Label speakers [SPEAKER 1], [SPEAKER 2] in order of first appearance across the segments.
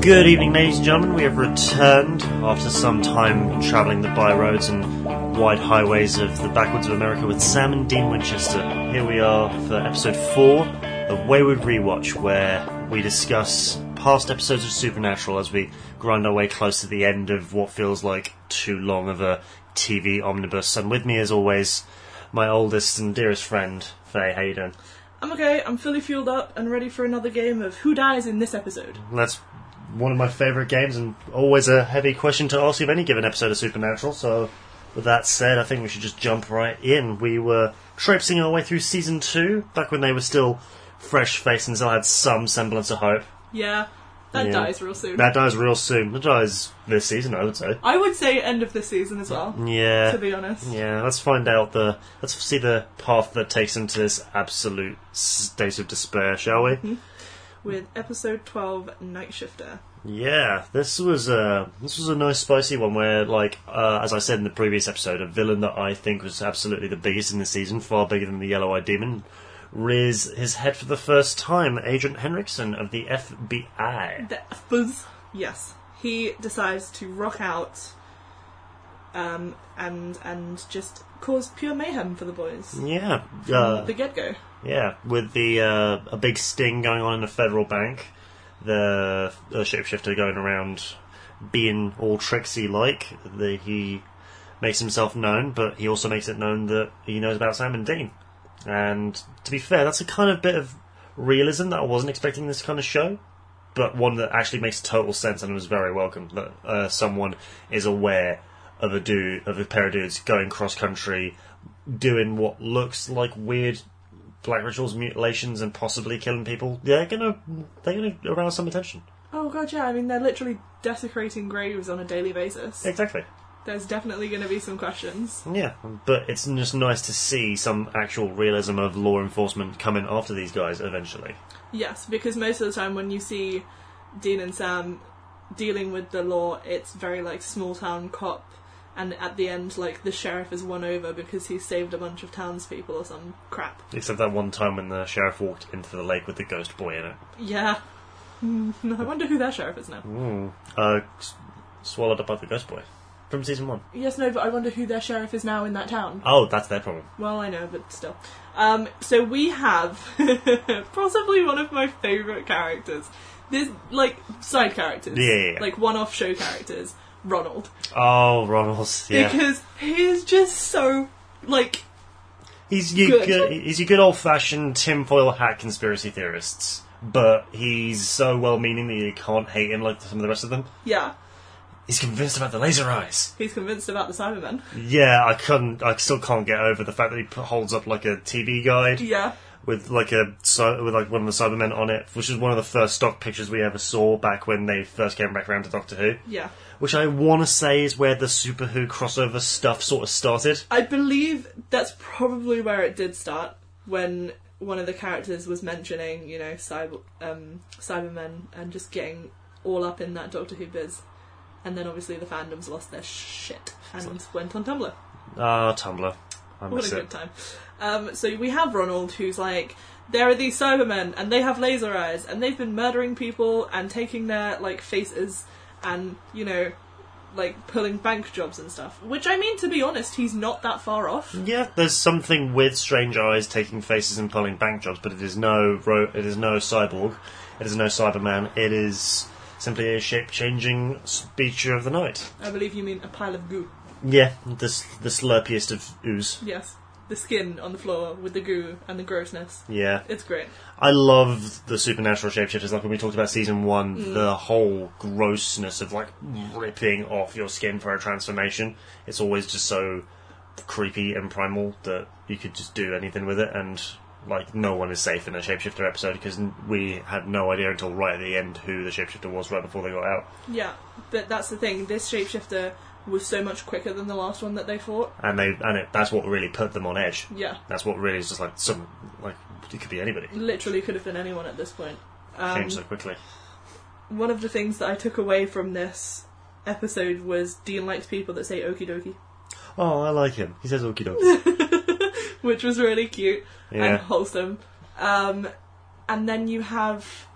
[SPEAKER 1] Good evening, ladies and gentlemen. We have returned after some time travelling the by roads and wide highways of the backwoods of America with Sam and Dean Winchester. Here we are for episode four of Wayward Rewatch, where we discuss past episodes of Supernatural as we grind our way close to the end of what feels like too long of a TV omnibus. And with me, as always, my oldest and dearest friend, Faye. How you doing?
[SPEAKER 2] I'm okay, I'm fully fueled up and ready for another game of Who Dies in this episode.
[SPEAKER 1] That's one of my favourite games and always a heavy question to ask you of any given episode of Supernatural. So, with that said, I think we should just jump right in. We were traipsing our way through season two, back when they were still fresh faced and still had some semblance of hope.
[SPEAKER 2] Yeah, that
[SPEAKER 1] Yeah.
[SPEAKER 2] dies real soon.
[SPEAKER 1] That dies real soon. That dies this season, I would say.
[SPEAKER 2] I would say end of this season as well,
[SPEAKER 1] Yeah.
[SPEAKER 2] to be honest.
[SPEAKER 1] Yeah, let's find out the. Let's see the path that takes him to this absolute state of despair, shall we?
[SPEAKER 2] With episode 12, Night Shifter.
[SPEAKER 1] Yeah, this was a this was a nice spicy one where, like, uh, as I said in the previous episode, a villain that I think was absolutely the biggest in the season, far bigger than the Yellow Eyed Demon, rears his head for the first time. Agent Henriksen of the FBI.
[SPEAKER 2] The Fuzz. Yes. He decides to rock out um, and and just cause pure mayhem for the boys.
[SPEAKER 1] Yeah,
[SPEAKER 2] From
[SPEAKER 1] uh,
[SPEAKER 2] the get go.
[SPEAKER 1] yeah, with the uh, a big sting going on in a federal bank, the, the shapeshifter going around being all tricksy like. The he makes himself known, but he also makes it known that he knows about Sam and Dean. And to be fair, that's a kind of bit of realism that I wasn't expecting in this kind of show, but one that actually makes total sense and was very welcome that uh, someone is aware of a dude of a pair of dudes going cross country, doing what looks like weird black rituals, mutilations, and possibly killing people. They're gonna they're gonna arouse some attention.
[SPEAKER 2] Oh god, yeah, I mean, they're literally desecrating graves on a daily basis.
[SPEAKER 1] Exactly.
[SPEAKER 2] There's definitely going to be some questions.
[SPEAKER 1] Yeah, but it's just nice to see some actual realism of law enforcement coming after these guys eventually.
[SPEAKER 2] Yes, because most of the time when you see Dean and Sam dealing with the law, it's very like small town cop, and at the end, like the sheriff is won over because he saved a bunch of townspeople or some crap.
[SPEAKER 1] Except that one time when the sheriff walked into the lake with the ghost boy in it.
[SPEAKER 2] Yeah. Mm, I wonder who their sheriff is now.
[SPEAKER 1] Uh, s- swallowed up by the ghost boy from season one.
[SPEAKER 2] Yes, no, but I wonder who their sheriff is now in that town.
[SPEAKER 1] Oh, that's their problem.
[SPEAKER 2] Well, I know, but still. Um, so we have possibly one of my favourite characters. This, like, side characters.
[SPEAKER 1] Yeah, yeah, yeah.
[SPEAKER 2] Like, one off show characters. Ronald.
[SPEAKER 1] Oh, Ronald's. Yeah,
[SPEAKER 2] because he is just so like
[SPEAKER 1] he's you
[SPEAKER 2] good.
[SPEAKER 1] good. He's your good old fashioned tinfoil hat conspiracy theorists, but he's so well meaning that you can't hate him like some of the rest of them.
[SPEAKER 2] yeah
[SPEAKER 1] He's convinced about the laser eyes.
[SPEAKER 2] he's convinced about the cybermen
[SPEAKER 1] Yeah, I couldn't. I still can't get over the fact that he p- holds up like a TV guide
[SPEAKER 2] yeah
[SPEAKER 1] with like a cy- with like one of the Cybermen on it, which is one of the first stock pictures we ever saw back when they first came back around to Doctor Who.
[SPEAKER 2] yeah
[SPEAKER 1] Which I want to say is where the Super Who crossover stuff sort of started.
[SPEAKER 2] i believe that's probably where it did start when one of the characters was mentioning you know cyber um, cybermen and just getting all up in that doctor who biz and then obviously the fandoms lost their shit and went on tumblr
[SPEAKER 1] Ah, Tumblr. I
[SPEAKER 2] What
[SPEAKER 1] miss
[SPEAKER 2] a good
[SPEAKER 1] it.
[SPEAKER 2] time. Um, so we have Ronald, who's like, there are these Cybermen, and they have laser eyes, and they've been murdering people and taking their like faces, and you know, like pulling bank jobs and stuff. Which I mean, to be honest, he's not that far off.
[SPEAKER 1] Yeah, there's something with strange eyes taking faces and pulling bank jobs, but it is no ro- it is no cyborg, it is no Cyberman. It is simply a shape changing creature of the night.
[SPEAKER 2] I believe you mean a pile of goo.
[SPEAKER 1] Yeah, this the slurpiest of ooze.
[SPEAKER 2] Yes, the skin on the floor with the goo and the grossness.
[SPEAKER 1] Yeah,
[SPEAKER 2] It's great.
[SPEAKER 1] I love the supernatural shapeshifters. Like when we talked about season one,
[SPEAKER 2] Mm.
[SPEAKER 1] the whole grossness of like ripping off your skin for a transformation. It's always just so creepy and primal that you could just do anything with it, and like no one is safe in a shapeshifter episode because we had no idea until right at the end who the shapeshifter was right before they got out,
[SPEAKER 2] Yeah, but that's the thing. This shapeshifter was so much quicker than the last one that they fought.
[SPEAKER 1] and they and it, that's what really put them on edge.
[SPEAKER 2] Yeah,
[SPEAKER 1] That's what really is just like some like it could be anybody.
[SPEAKER 2] literally could have been anyone at this point. Um,
[SPEAKER 1] Came so quickly.
[SPEAKER 2] one of the things that I took away from this episode was Dean likes people that say okie dokie,
[SPEAKER 1] Oh, I like him. He says okie dokie.
[SPEAKER 2] which was really cute and
[SPEAKER 1] Yeah.
[SPEAKER 2] wholesome. Um, and then you have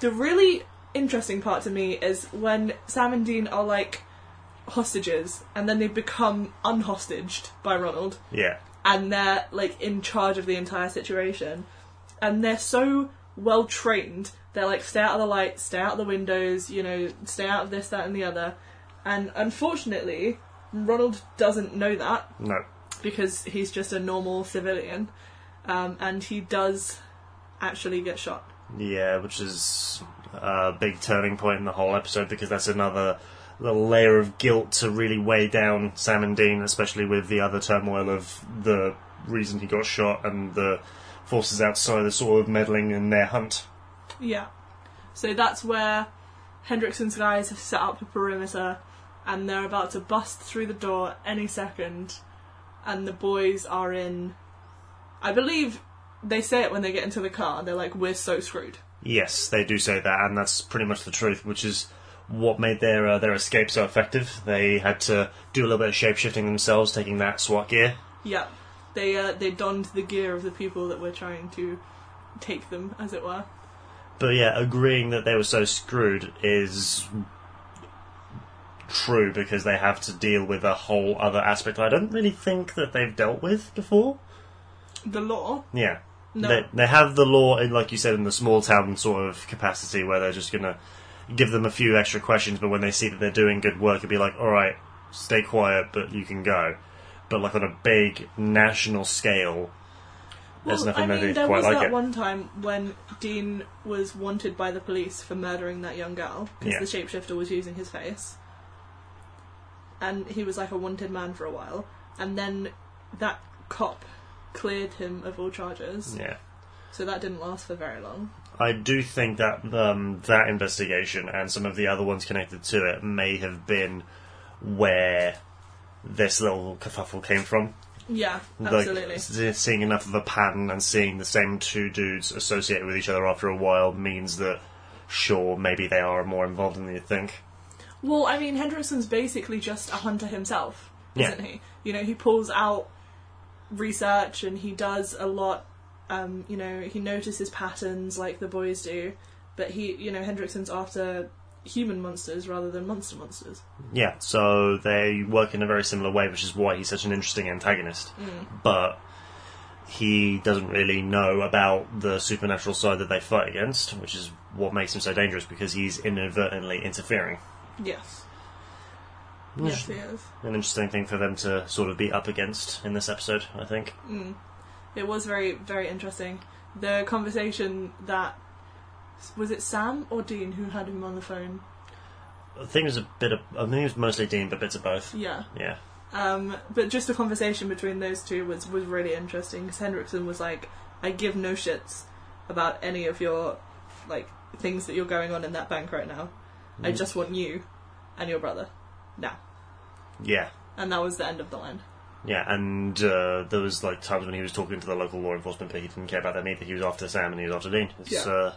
[SPEAKER 2] the really interesting part to me is when Sam and Dean are like hostages and then they become unhostaged by Ronald
[SPEAKER 1] Yeah.
[SPEAKER 2] and they're like in charge of the entire situation and they're so well trained they're like stay out of the light stay out of the windows you know stay out of this that and the other and unfortunately ronald doesn't know that
[SPEAKER 1] No.
[SPEAKER 2] because he's just a normal civilian um, and he does actually get shot
[SPEAKER 1] Yeah, which is a big turning point in the whole episode because that's another little layer of guilt to really weigh down Sam and Dean, especially with the other turmoil of the reason he got shot and the forces outside are sort of meddling in their hunt.
[SPEAKER 2] yeah so that's where hendrickson's guys have set up a perimeter and they're about to bust through the door any second and the boys are in i believe they say it when they get into the car they're like we're so screwed
[SPEAKER 1] Yes, they do say that, and that's pretty much the truth, which is what made their uh, their escape so effective. They had to do a little bit of shapeshifting themselves, taking that SWAT gear.
[SPEAKER 2] yeah they uh, they donned the gear of the people that were trying to take them as it were
[SPEAKER 1] But yeah, agreeing that they were so screwed is true because they have to deal with a whole other aspect I don't really think that they've dealt with before.
[SPEAKER 2] the law
[SPEAKER 1] Yeah.
[SPEAKER 2] no
[SPEAKER 1] They, they have the law, in, like you said, in the small town sort of capacity where they're just going to give them a few extra questions, but when they see that they're doing good work, it'd be like, all right, stay quiet, but you can go. But like on a big national scale, there's
[SPEAKER 2] Well,
[SPEAKER 1] nothing
[SPEAKER 2] I
[SPEAKER 1] that
[SPEAKER 2] mean,
[SPEAKER 1] is
[SPEAKER 2] there
[SPEAKER 1] quite
[SPEAKER 2] was
[SPEAKER 1] like
[SPEAKER 2] that
[SPEAKER 1] it.
[SPEAKER 2] one time when Dean was wanted by the police for murdering that young girl because
[SPEAKER 1] Yeah.
[SPEAKER 2] the shapeshifter was using his face, and he was like a wanted man for a while, and then that cop cleared him of all charges,
[SPEAKER 1] yeah.
[SPEAKER 2] so that didn't last for very long.
[SPEAKER 1] I do think that um, that investigation and some of the other ones connected to it may have been where this little kerfuffle came from.
[SPEAKER 2] Yeah,
[SPEAKER 1] Like,
[SPEAKER 2] absolutely.
[SPEAKER 1] s- seeing enough of a pattern and seeing the same two dudes associated with each other after a while means that, sure, maybe they are more involved than you think.
[SPEAKER 2] Well, I mean, Hendrickson's basically just a hunter himself, isn't
[SPEAKER 1] Yeah.
[SPEAKER 2] he? You know, he pulls out research and he does a lot. Um, you know, he notices patterns like the boys do, but he, you know, Hendrickson's after human monsters rather than monster monsters.
[SPEAKER 1] Yeah, so they work in a very similar way, which is why he's such an interesting antagonist. But he doesn't really know about the supernatural side that they fight against, which is what makes him so dangerous because he's inadvertently interfering.
[SPEAKER 2] Yes. Yes, he is.
[SPEAKER 1] An interesting thing for them to sort of be up against in this episode, I think.
[SPEAKER 2] Mm. It was very, very interesting. The conversation that was it Sam or Dean who had him on the phone?
[SPEAKER 1] I think it was a bit of. I think it was mostly Dean, but bits of both.
[SPEAKER 2] Yeah.
[SPEAKER 1] Yeah.
[SPEAKER 2] Um, but just the conversation between those two was, was really interesting because Hendrickson was like, I give no shits about any of your like things that you're going on in that bank right now. I just want you and your brother now.
[SPEAKER 1] Yeah.
[SPEAKER 2] And that was the end of the line.
[SPEAKER 1] Yeah, and uh, there was like times when he was talking to the local law enforcement, but he didn't care about them either. He was after Sam and he was after Dean. It's
[SPEAKER 2] Yeah.
[SPEAKER 1] uh,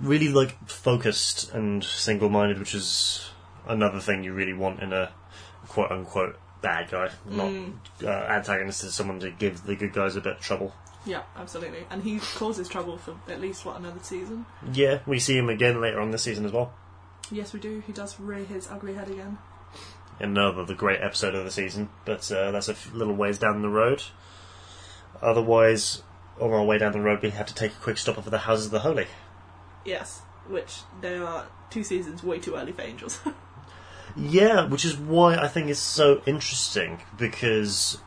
[SPEAKER 1] really like focused and single-minded, which is another thing you really want in a quote-unquote bad guy, not
[SPEAKER 2] Mm.
[SPEAKER 1] uh, antagonist to someone to give the good guys a bit of trouble.
[SPEAKER 2] Yeah, absolutely. And he causes trouble for at least what another season.
[SPEAKER 1] Yeah, we see him again later on this season as well.
[SPEAKER 2] Yes, we do. He does rear his ugly head again.
[SPEAKER 1] another the great episode of the season, but uh, that's a f- little ways down the road. Otherwise, on our way down the road, we have to take a quick stop off at the Houses of the Holy.
[SPEAKER 2] Yes, which they are two seasons way too early for Angels.
[SPEAKER 1] Yeah, which is why I think it's so interesting because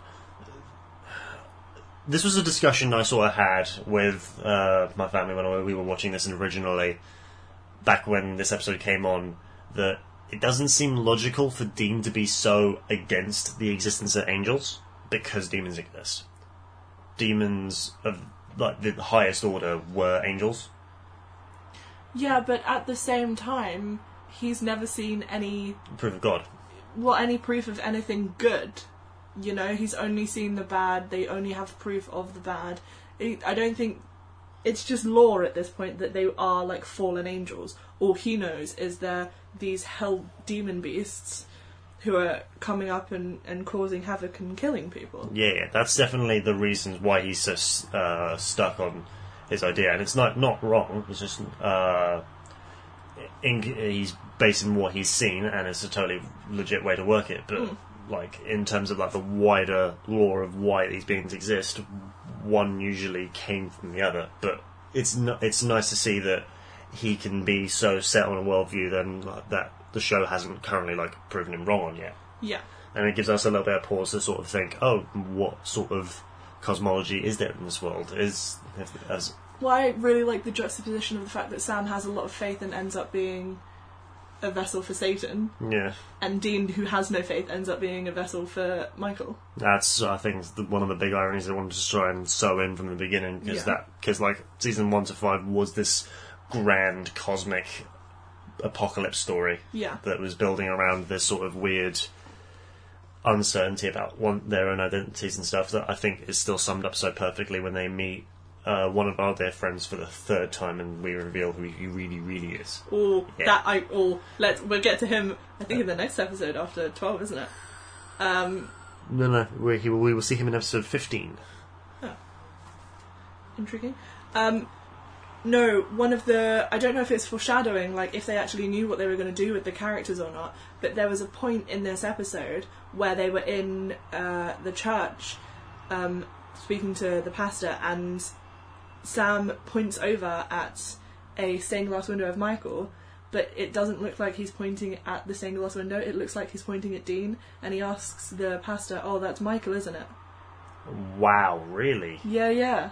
[SPEAKER 1] this was a discussion I sort of had with uh, my family when we were watching this originally, back when this episode came on, that it doesn't seem logical for Dean to be so against the existence of angels because demons exist. Demons of like the highest order were angels.
[SPEAKER 2] yeah, but at the same time, he's never seen any
[SPEAKER 1] Proof of God.
[SPEAKER 2] well, any proof of anything good. You know, he's only seen the bad. They only have proof of the bad. It, I don't think it's just lore at this point that they are like fallen angels. All he knows is they're these hell demon beasts who are coming up and, and causing havoc and killing people.
[SPEAKER 1] Yeah, yeah, that's definitely the reason why he's so s- uh, stuck on his idea, and it's not not wrong. It's just uh, in, he's basing what he's seen, and it's a totally legit way to work it. But
[SPEAKER 2] Mm.
[SPEAKER 1] like in terms of like the wider lore of why these beings exist, one usually came from the other. But it's n it's nice to see that he can be so set on a worldview then like, that the show hasn't currently like proven him wrong on yet
[SPEAKER 2] Yeah.
[SPEAKER 1] and it gives us a little bit of pause to sort of think, oh, what sort of cosmology is there in this world? Is if- as
[SPEAKER 2] Well, I really like the juxtaposition of the fact that Sam has a lot of faith and ends up being a vessel for Satan,
[SPEAKER 1] yeah,
[SPEAKER 2] and Dean, who has no faith, ends up being a vessel for Michael.
[SPEAKER 1] that's I think is the, one of the big ironies they wanted to try and sew in from the beginning because
[SPEAKER 2] Yeah.
[SPEAKER 1] that because like season one to five was this grand cosmic apocalypse story
[SPEAKER 2] Yeah.
[SPEAKER 1] that was building around this sort of weird uncertainty about one their own identities and stuff that I think is still summed up so perfectly when they meet uh, one of our dear friends for the third time and we reveal who he really really is.
[SPEAKER 2] Or
[SPEAKER 1] Yeah.
[SPEAKER 2] that I or let we'll get to him. I think in the next episode after twelve, isn't it? Um,
[SPEAKER 1] No, no, we, he, we will see him in episode fifteen.
[SPEAKER 2] intriguing. Um, no, one of the I don't know if it's foreshadowing, like if they actually knew what they were going to do with the characters or not. But there was a point in this episode where they were in uh, the church, um, speaking to the pastor, and Sam points over at a stained glass window of Michael. But it doesn't look like he's pointing at the stained glass window. It looks like he's pointing at Dean, and he asks the pastor, "Oh, that's Michael, isn't it?"
[SPEAKER 1] Wow, really?
[SPEAKER 2] Yeah, yeah.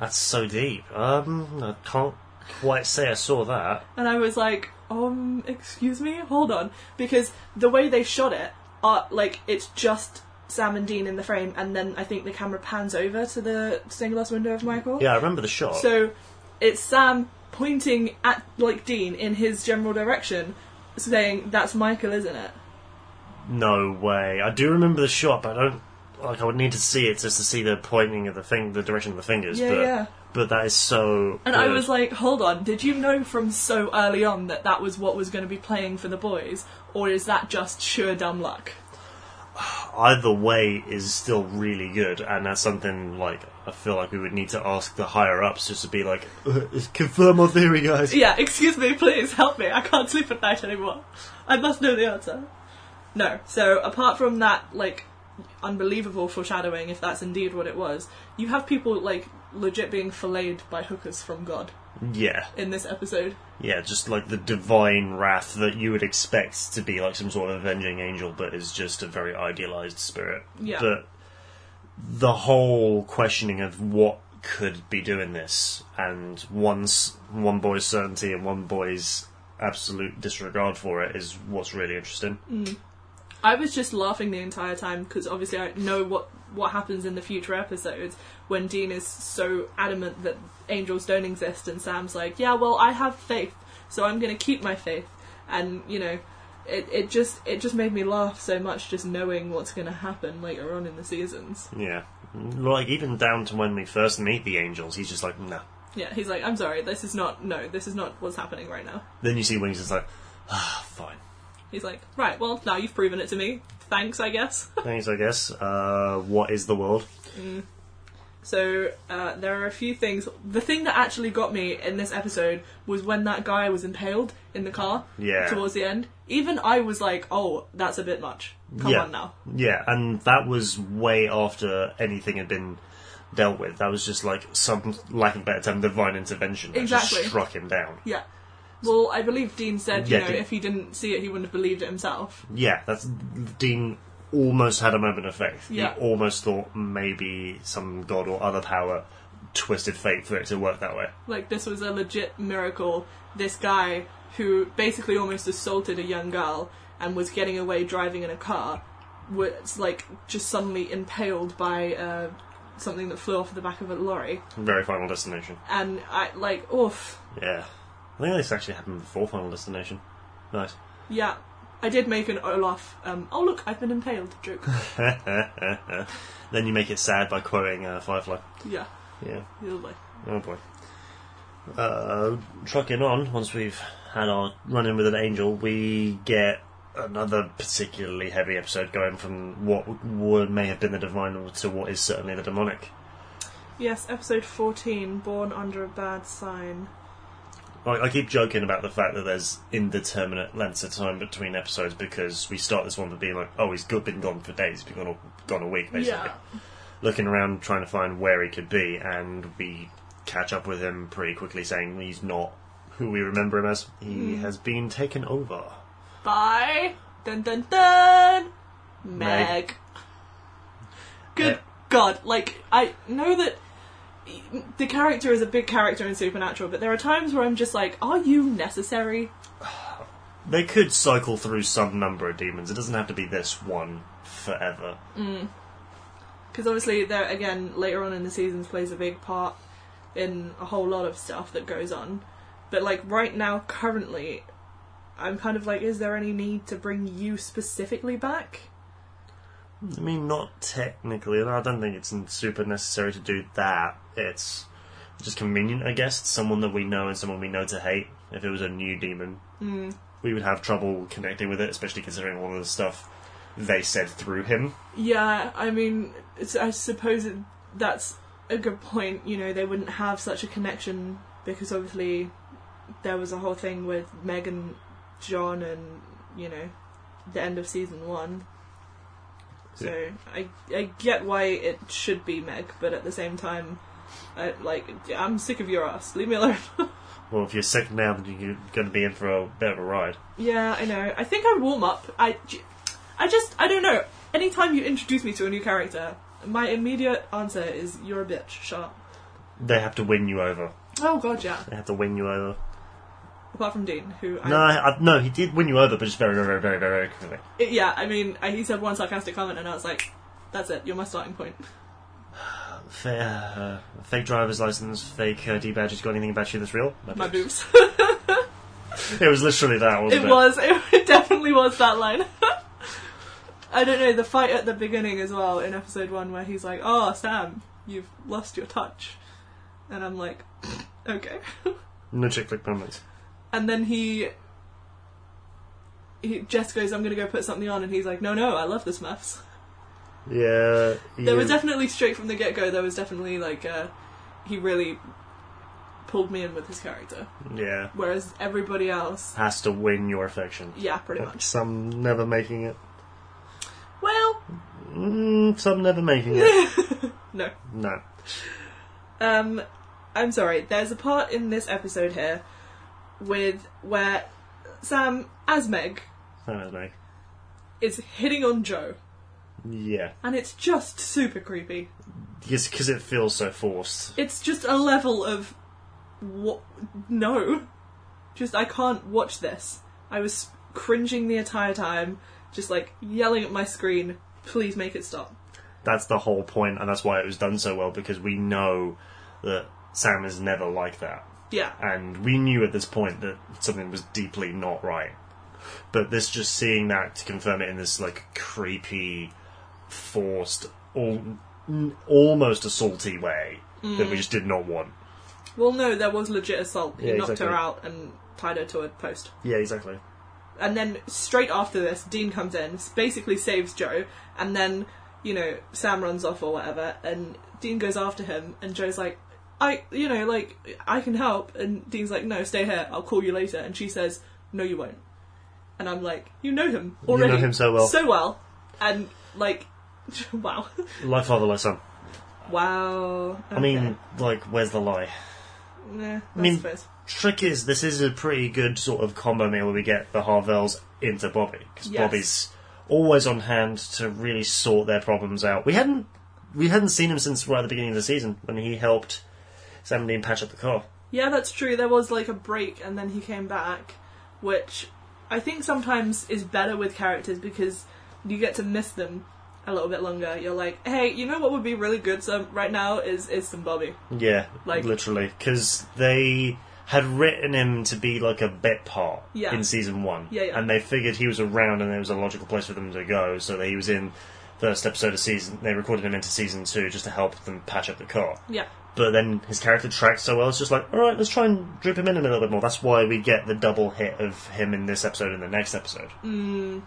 [SPEAKER 1] That's so deep. Um, I can't quite say I saw that.
[SPEAKER 2] and I was like, um, excuse me, hold on, because the way they shot it, are like it's just Sam and Dean in the frame, and then I think the camera pans over to the stained glass window of Michael.
[SPEAKER 1] Yeah, I remember the shot.
[SPEAKER 2] So it's Sam pointing at like Dean in his general direction, saying, "That's Michael, isn't it?"
[SPEAKER 1] no way. I do remember the shot, but I don't. Like, I would need to see it just to see the pointing of the thing, the direction of the fingers.
[SPEAKER 2] Yeah,
[SPEAKER 1] but,
[SPEAKER 2] yeah.
[SPEAKER 1] But that is so.
[SPEAKER 2] And I
[SPEAKER 1] good.
[SPEAKER 2] was like, hold on, did you know from so early on that that was what was going to be playing for the boys, or is that just sheer dumb luck?
[SPEAKER 1] either way is still really good, and that's something like I feel like we would need to ask the higher ups just to be like, "Uh, confirm our theory, guys.
[SPEAKER 2] Yeah, excuse me, please help me. I can't sleep at night anymore. I must know the answer. No. So apart from that, like unbelievable foreshadowing, if that's indeed what it was, you have people like legit being filleted by hookers from God
[SPEAKER 1] Yeah,
[SPEAKER 2] in this episode.
[SPEAKER 1] yeah, just like the divine wrath that you would expect to be like some sort of avenging angel, but is just a very idealized spirit.
[SPEAKER 2] Yeah.
[SPEAKER 1] But the whole questioning of what could be doing this, and one's one boy's certainty and one boy's absolute disregard for it is what's really interesting.
[SPEAKER 2] I was just laughing the entire time because obviously I know what what happens in the future episodes when Dean is so adamant that angels don't exist and Sam's like, yeah, well, I have faith, so I'm going to keep my faith, and you know, it it just it just made me laugh so much just knowing what's going to happen later on in the seasons.
[SPEAKER 1] Yeah. Like, even down to when we first meet the angels, he's just like, nah.
[SPEAKER 2] Yeah, he's like, I'm sorry, this is not no, this is not what's happening right now.
[SPEAKER 1] Then you see when he's just like, ah, fine.
[SPEAKER 2] He's like, right, well, now you've proven it to me. Thanks, I guess.
[SPEAKER 1] Thanks, I guess. Uh, what is the world?
[SPEAKER 2] So uh, there are a few things. The thing that actually got me in this episode was when that guy was impaled in the car
[SPEAKER 1] Yeah.
[SPEAKER 2] towards the end. Even I was like, "Oh, that's a bit much. Come
[SPEAKER 1] yeah.
[SPEAKER 2] on now."
[SPEAKER 1] Yeah, and that was way after anything had been dealt with. That was just like some, lack of a better term, divine intervention that
[SPEAKER 2] Exactly.
[SPEAKER 1] just struck him down.
[SPEAKER 2] Yeah. Well, I believe Dean said, you
[SPEAKER 1] Yeah,
[SPEAKER 2] know,
[SPEAKER 1] Dean-
[SPEAKER 2] if he didn't see it, he wouldn't have believed it himself.
[SPEAKER 1] Yeah, that's Dean almost had a moment of faith.
[SPEAKER 2] Yeah.
[SPEAKER 1] He almost thought maybe some god or other power twisted fate for it to work that way.
[SPEAKER 2] Like this was a legit miracle. This guy who basically almost assaulted a young girl and was getting away driving in a car was like just suddenly impaled by uh, something that flew off the back of a lorry.
[SPEAKER 1] Very final destination.
[SPEAKER 2] and I like oof.
[SPEAKER 1] Yeah. I think this actually happened before Final Destination. Nice.
[SPEAKER 2] Yeah, I did make an Olaf. Um, oh look, I've been impaled joke.
[SPEAKER 1] then you make it sad by quoting uh, Firefly.
[SPEAKER 2] yeah,
[SPEAKER 1] Yeah.
[SPEAKER 2] lovely.
[SPEAKER 1] Oh boy. Uh, trucking on, once we've had our run in with an angel, we get another particularly heavy episode going from what would, may have been the divine to what is certainly the demonic.
[SPEAKER 2] Yes, episode fourteen, born under a bad sign.
[SPEAKER 1] I I keep joking about the fact that there's indeterminate lengths of time between episodes because we start this one by being like, "Oh, he's good, been gone for days, been gone a, gone a week," basically.
[SPEAKER 2] Yeah.
[SPEAKER 1] Looking around, trying to find where he could be, and we catch up with him pretty quickly, saying he's not who we remember him as. He has been taken over.
[SPEAKER 2] Bye. Dun dun dun. Meg.
[SPEAKER 1] Meg.
[SPEAKER 2] Good
[SPEAKER 1] Yeah.
[SPEAKER 2] God! Like I know that the character is a big character in Supernatural, but there are times where I'm just like, are you necessary?
[SPEAKER 1] They could cycle through some number of demons. It doesn't have to be this one forever.
[SPEAKER 2] Because obviously, there again later on in the seasons plays a big part in a whole lot of stuff that goes on. But like right now, currently, I'm kind of like, is there any need to bring you specifically back?
[SPEAKER 1] I mean, not technically, and I don't think it's super necessary to do that. It's just convenient, I guess. It's someone that we know and someone we know to hate. If it was a new demon, we would have trouble connecting with it, especially considering all of the stuff they said through him.
[SPEAKER 2] Yeah, I mean, it's, I suppose it, that's a good point. You know, they wouldn't have such a connection because obviously there was a whole thing with Meg and John and, you know, the end of season one. So I, I get why it should be Meg, but at the same time, I, like, I'm sick of your ass. Leave me alone.
[SPEAKER 1] Well, if you're sick now, then you're going to be in for a bit of a ride.
[SPEAKER 2] Yeah, I know. I think I warm up. I, j- I just, I don't know. Anytime you introduce me to a new character, my immediate answer is you're a bitch. Shut up.
[SPEAKER 1] They have to win you over.
[SPEAKER 2] Oh god, yeah.
[SPEAKER 1] They have to win you over.
[SPEAKER 2] Apart from Dean, who I,
[SPEAKER 1] No, I, I- no, he did win you over, but just very, very, very, very, very quickly.
[SPEAKER 2] It- yeah, I mean, I, he said one sarcastic comment, and I was like, that's it. You're my starting point.
[SPEAKER 1] Fa uh, fake driver's license, fake uh, D badges. Got anything about you that's real?
[SPEAKER 2] My boobs.
[SPEAKER 1] It was literally that, wasn't
[SPEAKER 2] it
[SPEAKER 1] it?
[SPEAKER 2] was. It definitely was that line. I don't know the fight at the beginning as well in episode one where he's like, "Oh, Sam, you've lost your touch," and I'm like, "Okay."
[SPEAKER 1] No chick flick moments.
[SPEAKER 2] and then he, he Jess goes, "I'm gonna go put something on," and he's like, "No, no, I love this maths."
[SPEAKER 1] Yeah.
[SPEAKER 2] There was definitely straight from the get go. There was definitely like uh, he really pulled me in with his character,
[SPEAKER 1] yeah.
[SPEAKER 2] whereas everybody else,
[SPEAKER 1] Has to win your affection.
[SPEAKER 2] yeah, pretty much.
[SPEAKER 1] Some never making it.
[SPEAKER 2] Well,
[SPEAKER 1] Mm, some never making it.
[SPEAKER 2] no.
[SPEAKER 1] no.
[SPEAKER 2] Um, I'm sorry. There's a part in this episode here with where Sam as Meg
[SPEAKER 1] That was me.
[SPEAKER 2] is hitting on Joe,
[SPEAKER 1] Yeah.
[SPEAKER 2] and it's just super creepy.
[SPEAKER 1] Just because it feels so forced.
[SPEAKER 2] It's just a level of what? No, just I can't watch this. I was cringing the entire time, just like yelling at my screen, "Please make it stop."
[SPEAKER 1] That's the whole point, and that's why it was done so well, because we know that Sam is never like that.
[SPEAKER 2] Yeah,
[SPEAKER 1] And we knew at this point that something was deeply not right. But this just seeing that to confirm it in this, like, creepy, forced, al- n- almost assaulty way that we just did not want.
[SPEAKER 2] Well, no, there was legit assault. He
[SPEAKER 1] Yeah,
[SPEAKER 2] knocked her
[SPEAKER 1] exactly.
[SPEAKER 2] out and tied her to a post.
[SPEAKER 1] Yeah, exactly.
[SPEAKER 2] And then straight after this, Dean comes in, s- basically saves Joe, and then, you know, Sam runs off or whatever, and Dean goes after him, and Joe's like, I, you know, like, I can help. And Dean's like, no, stay here, I'll call you later. And she says, no, you won't. And I'm like, you know him
[SPEAKER 1] know
[SPEAKER 2] already.
[SPEAKER 1] him so well."
[SPEAKER 2] So well. And, like, wow.
[SPEAKER 1] Like father, like son.
[SPEAKER 2] wow. Okay.
[SPEAKER 1] I mean, like, where's the lie?
[SPEAKER 2] nah, I
[SPEAKER 1] mean-
[SPEAKER 2] suppose.
[SPEAKER 1] Trick is, this is a pretty good sort of combo meal where we get the Harvells into Bobby. Because
[SPEAKER 2] Yes.
[SPEAKER 1] Bobby's always on hand to really sort their problems out. We hadn't we hadn't seen him since right at the beginning of the season when he helped Sam and Dean patch up the car.
[SPEAKER 2] Yeah, that's true. There was like a break and then he came back, which I think sometimes is better with characters because you get to miss them a little bit longer. You're like, hey, you know what would be really good some, right now is is some Bobby.
[SPEAKER 1] Yeah, like
[SPEAKER 2] Like-
[SPEAKER 1] literally. Because they had written him to be like a bit part
[SPEAKER 2] Yeah.
[SPEAKER 1] in season one.
[SPEAKER 2] Yeah, yeah.
[SPEAKER 1] And they figured he was around and there was a logical place for them to go, so that he was in first episode of season they recorded him into season two just to help them patch up the car.
[SPEAKER 2] Yeah,
[SPEAKER 1] But then his character tracked so well, it's just like, alright, let's try and drip him in a little bit more. That's why we get the double hit of him in this episode and the next episode.
[SPEAKER 2] Mm.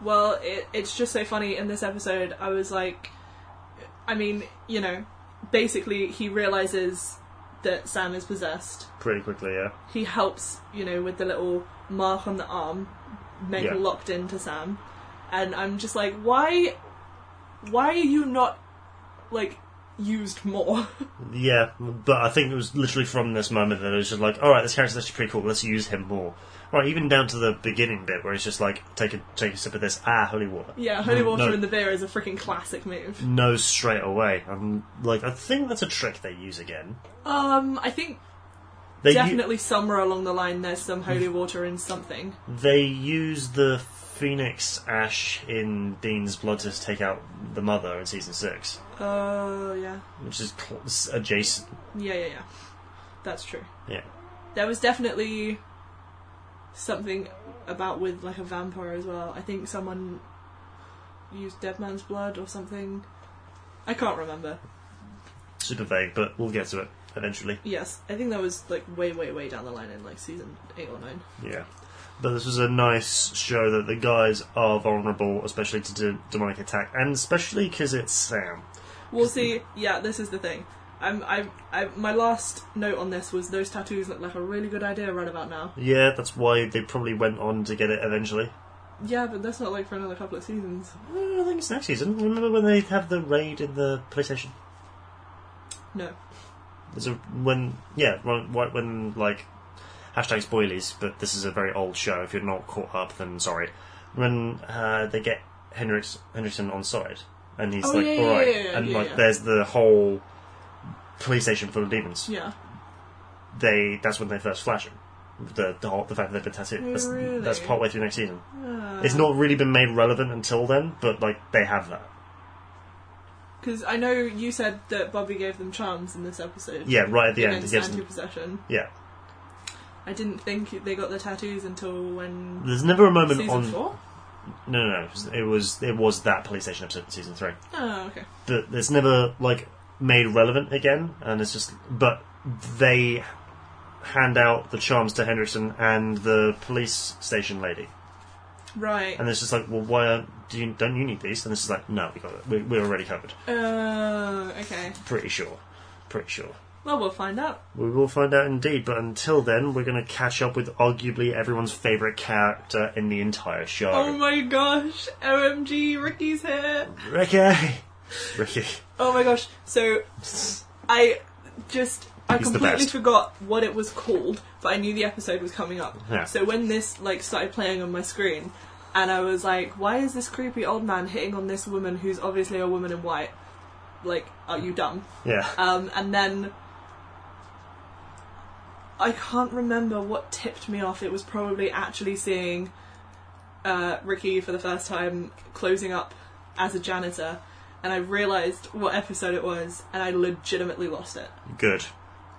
[SPEAKER 2] Well, it, it's just so funny. In this episode, I was like, I mean, you know, basically he realizes that Sam is possessed.
[SPEAKER 1] pretty quickly, yeah.
[SPEAKER 2] He helps, you know, with the little mark on the arm, make
[SPEAKER 1] Yeah.
[SPEAKER 2] locked into Sam, and I'm just like, why, why are you not like used more?
[SPEAKER 1] Yeah, but I think it was literally from this moment that it was just like, all right, this character's actually pretty cool. Let's use him more. Right, even down to the beginning bit where it's just like, take a take a sip of this. Ah, holy water.
[SPEAKER 2] yeah, holy
[SPEAKER 1] No,
[SPEAKER 2] water
[SPEAKER 1] no.
[SPEAKER 2] in the beer is a freaking classic move.
[SPEAKER 1] No, straight away. I'm like, I think that's a trick they use again.
[SPEAKER 2] Um, I think
[SPEAKER 1] They u-
[SPEAKER 2] definitely somewhere along the line there's some
[SPEAKER 1] Mm.
[SPEAKER 2] holy water in something.
[SPEAKER 1] they use the phoenix ash in Dean's blood to take out the mother in season six,
[SPEAKER 2] Oh yeah,
[SPEAKER 1] which is cl- s- adjacent.
[SPEAKER 2] yeah, yeah, yeah. That's true.
[SPEAKER 1] Yeah,
[SPEAKER 2] There was definitely something about with like a vampire as well. I think someone used dead man's blood or something. I can't remember.
[SPEAKER 1] super vague, but we'll get to it eventually.
[SPEAKER 2] Yes, I think that was like way, way, way down the line in like season eight or nine.
[SPEAKER 1] Yeah. But this was a nice show that the guys are vulnerable, especially to de- demonic attack, and especially because it's Sam.
[SPEAKER 2] We'll see. Yeah, this is the thing. I'm, I, I, my last note on this was those tattoos look like a really good idea right about now.
[SPEAKER 1] Yeah, that's why they probably went on to get it eventually.
[SPEAKER 2] Yeah, but that's not like for another couple of seasons.
[SPEAKER 1] Uh, I think it's next season. Remember when they have the raid in the PlayStation?
[SPEAKER 2] No.
[SPEAKER 1] There's a when yeah when, when like hashtag spoilies, but this is a very old show. If you're not caught up, then sorry. When uh, they get Hendrix Hendrickson on side, and he's
[SPEAKER 2] Oh,
[SPEAKER 1] like,
[SPEAKER 2] yeah, yeah,
[SPEAKER 1] all right,
[SPEAKER 2] yeah, yeah,
[SPEAKER 1] and
[SPEAKER 2] yeah,
[SPEAKER 1] like
[SPEAKER 2] yeah.
[SPEAKER 1] there's the whole police station full of demons.
[SPEAKER 2] Yeah.
[SPEAKER 1] They that's when they first flash him. The the, whole, the fact that they've been tattooed.
[SPEAKER 2] Oh,
[SPEAKER 1] That's,
[SPEAKER 2] really?
[SPEAKER 1] that's partway through next season.
[SPEAKER 2] Uh,
[SPEAKER 1] it's not really been made relevant until then, but like they have that.
[SPEAKER 2] Because Uh, I know you said that Bobby gave them charms in this episode.
[SPEAKER 1] Yeah, right at the end, it
[SPEAKER 2] Against
[SPEAKER 1] gives them.
[SPEAKER 2] anti-possession.
[SPEAKER 1] Yeah,
[SPEAKER 2] I didn't think they got the tattoos until when
[SPEAKER 1] there's never a moment
[SPEAKER 2] season
[SPEAKER 1] on.
[SPEAKER 2] four.
[SPEAKER 1] No, no, no. It was it was that police station episode in season three,
[SPEAKER 2] Oh, okay.
[SPEAKER 1] but it's never like made relevant again, and it's just but they hand out the charms to Henderson and the police station lady,
[SPEAKER 2] Right.
[SPEAKER 1] and it's just like, well, why aren't, do you, don't you need these? And it's just like, no, we got it. We, we're already covered.
[SPEAKER 2] Uh, okay.
[SPEAKER 1] Pretty sure. Pretty sure.
[SPEAKER 2] Well, we'll find out.
[SPEAKER 1] We will find out indeed, but until then, we're going to catch up with arguably everyone's favourite character in the entire show.
[SPEAKER 2] Oh my gosh! OMG, Ricky's here.
[SPEAKER 1] Ricky! Ricky.
[SPEAKER 2] Oh my gosh. So I just I
[SPEAKER 1] He's the
[SPEAKER 2] completely
[SPEAKER 1] best.
[SPEAKER 2] forgot what it was called, but I knew the episode was coming up.
[SPEAKER 1] Yeah.
[SPEAKER 2] So when this like started playing on my screen, and I was like, "Why is this creepy old man hitting on this woman who's obviously a woman in white? Like, are you dumb?"
[SPEAKER 1] Yeah.
[SPEAKER 2] Um, and then I can't remember what tipped me off. It was probably actually seeing uh, Ricky for the first time closing up as a janitor, and I realised what episode it was, and I legitimately lost it.
[SPEAKER 1] Good.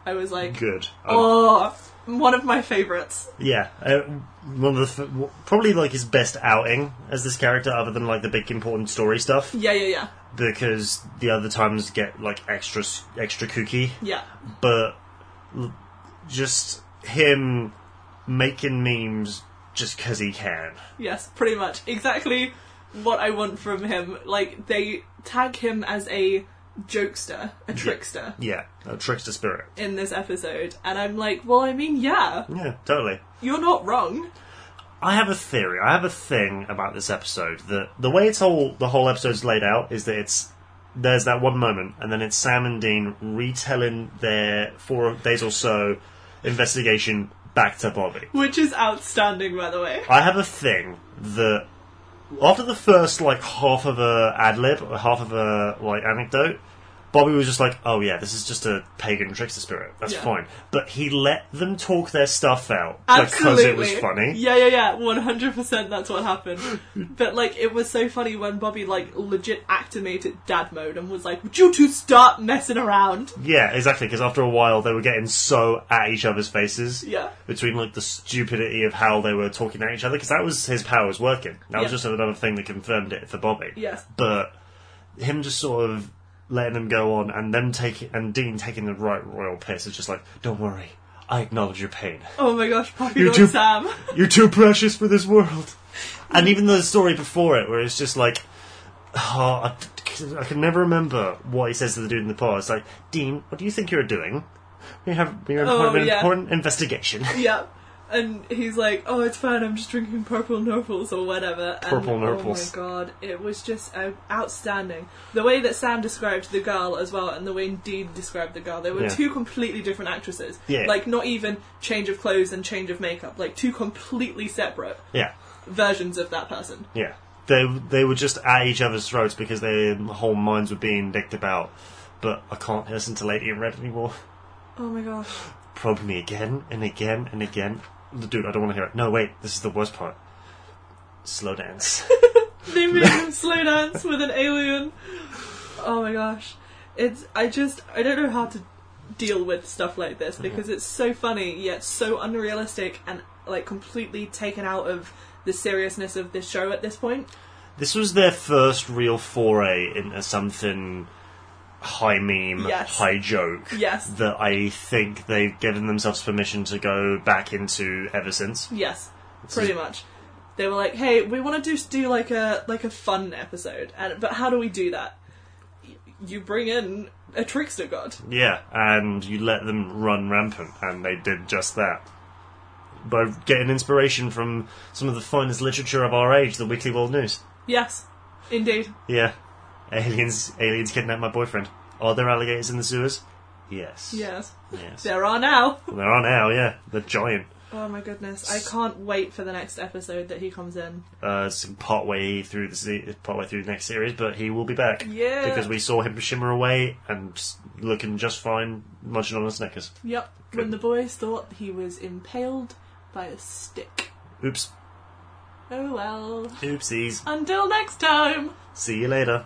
[SPEAKER 2] I was like,
[SPEAKER 1] Good.
[SPEAKER 2] "Oh, one of my favourites."
[SPEAKER 1] Yeah, uh, one of the f- probably like his best outing as this character, other than like the big important story stuff,
[SPEAKER 2] Yeah, yeah, yeah,
[SPEAKER 1] because the other times get like extra s- extra kooky.
[SPEAKER 2] yeah,
[SPEAKER 1] But l- just him making memes just because he can.
[SPEAKER 2] yes, pretty much exactly what I want from him. Like they tag him as a jokester, a trickster.
[SPEAKER 1] Yeah, a trickster spirit.
[SPEAKER 2] in this episode, and I'm like, well, I mean, yeah,
[SPEAKER 1] Yeah, totally.
[SPEAKER 2] you're not wrong.
[SPEAKER 1] I have a theory. I have a thing about this episode that the way it's all the whole episode's laid out is that it's there's that one moment, and then it's Sam and Dean retelling their four days or so investigation back to Bobby.
[SPEAKER 2] Which is outstanding, by the way.
[SPEAKER 1] I have a thing that after the first like half of a ad lib, or half of a like anecdote, Bobby was just like, "Oh yeah, this is just a pagan trickster spirit. That's
[SPEAKER 2] Yeah.
[SPEAKER 1] fine." But he let them talk their stuff out
[SPEAKER 2] Absolutely.
[SPEAKER 1] because it was funny.
[SPEAKER 2] Yeah, yeah, yeah. One hundred percent. That's what happened. but like, it was so funny when Bobby like legit activated dad mode and was like, "Would you two stop messing around?"
[SPEAKER 1] Yeah, exactly. Because after a while, they were getting so at each other's faces.
[SPEAKER 2] Yeah.
[SPEAKER 1] Between like the stupidity of how they were talking at each other, because that was his powers working. That was
[SPEAKER 2] Yeah.
[SPEAKER 1] just another thing that confirmed it for Bobby.
[SPEAKER 2] Yes.
[SPEAKER 1] But him just sort of letting them go on, and them taking and Dean taking the right royal piss is just like, don't worry, I acknowledge your pain.
[SPEAKER 2] Oh my gosh, Poppy
[SPEAKER 1] You
[SPEAKER 2] Lord
[SPEAKER 1] two-
[SPEAKER 2] Sam.
[SPEAKER 1] You're too precious for this world. And even the story before it, where it's just like, oh, I, I can never remember what he says to the dude in the past. Like, Dean, what do you think you're doing? we have we are
[SPEAKER 2] Oh,
[SPEAKER 1] part of an
[SPEAKER 2] yeah.
[SPEAKER 1] important investigation.
[SPEAKER 2] yeah. And he's like, "Oh, it's fine. I'm just drinking purple nopals or whatever." And,
[SPEAKER 1] Purple
[SPEAKER 2] Oh
[SPEAKER 1] nopals.
[SPEAKER 2] my god, it was just uh, outstanding. The way that Sam described the girl as well, and the way Dean described the girl, they were
[SPEAKER 1] Yeah.
[SPEAKER 2] two completely different actresses.
[SPEAKER 1] Yeah.
[SPEAKER 2] Like not even change of clothes and change of makeup, like two completely separate
[SPEAKER 1] yeah,
[SPEAKER 2] versions of that person.
[SPEAKER 1] yeah. They they were just at each other's throats because their whole minds were being dicked about. But I can't listen to Lady in Red anymore.
[SPEAKER 2] Oh my gosh.
[SPEAKER 1] Probe me again and again and again. Dude, I don't want to hear it. No, wait. This is the worst part. Slow dance.
[SPEAKER 2] they made him slow dance with an alien. Oh my gosh. It's I just I don't know how to deal with stuff like this because it's so funny yet so unrealistic and like completely taken out of the seriousness of this show at this point.
[SPEAKER 1] This was their first real foray into something high meme,
[SPEAKER 2] Yes.
[SPEAKER 1] high joke.
[SPEAKER 2] Yes.
[SPEAKER 1] That I think they've given themselves permission to go back into ever since.
[SPEAKER 2] Yes, pretty much. They were like, "Hey, we want to do do like a like a fun episode, and but how do we do that? Y- You bring in a trickster god.
[SPEAKER 1] Yeah, and you let them run rampant, and they did just that. By getting inspiration from some of the finest literature of our age, the Weekly World News.
[SPEAKER 2] Yes, indeed.
[SPEAKER 1] Yeah. Aliens aliens kidnap my boyfriend. Are there alligators in the sewers? Yes.
[SPEAKER 2] Yes,
[SPEAKER 1] Yes.
[SPEAKER 2] there are now."
[SPEAKER 1] There are now, yeah. They're giant.
[SPEAKER 2] Oh my goodness! I can't wait for the next episode that he comes in.
[SPEAKER 1] uh, it's partway through the se- partway through the next series, but he will be back.
[SPEAKER 2] Yeah.
[SPEAKER 1] Because we saw him shimmer away and s- looking just fine, munching on a Snickers.
[SPEAKER 2] Yep. When the boys thought he was impaled by a stick.
[SPEAKER 1] Oops.
[SPEAKER 2] Oh well.
[SPEAKER 1] Oopsies.
[SPEAKER 2] Until next time.
[SPEAKER 1] See you later.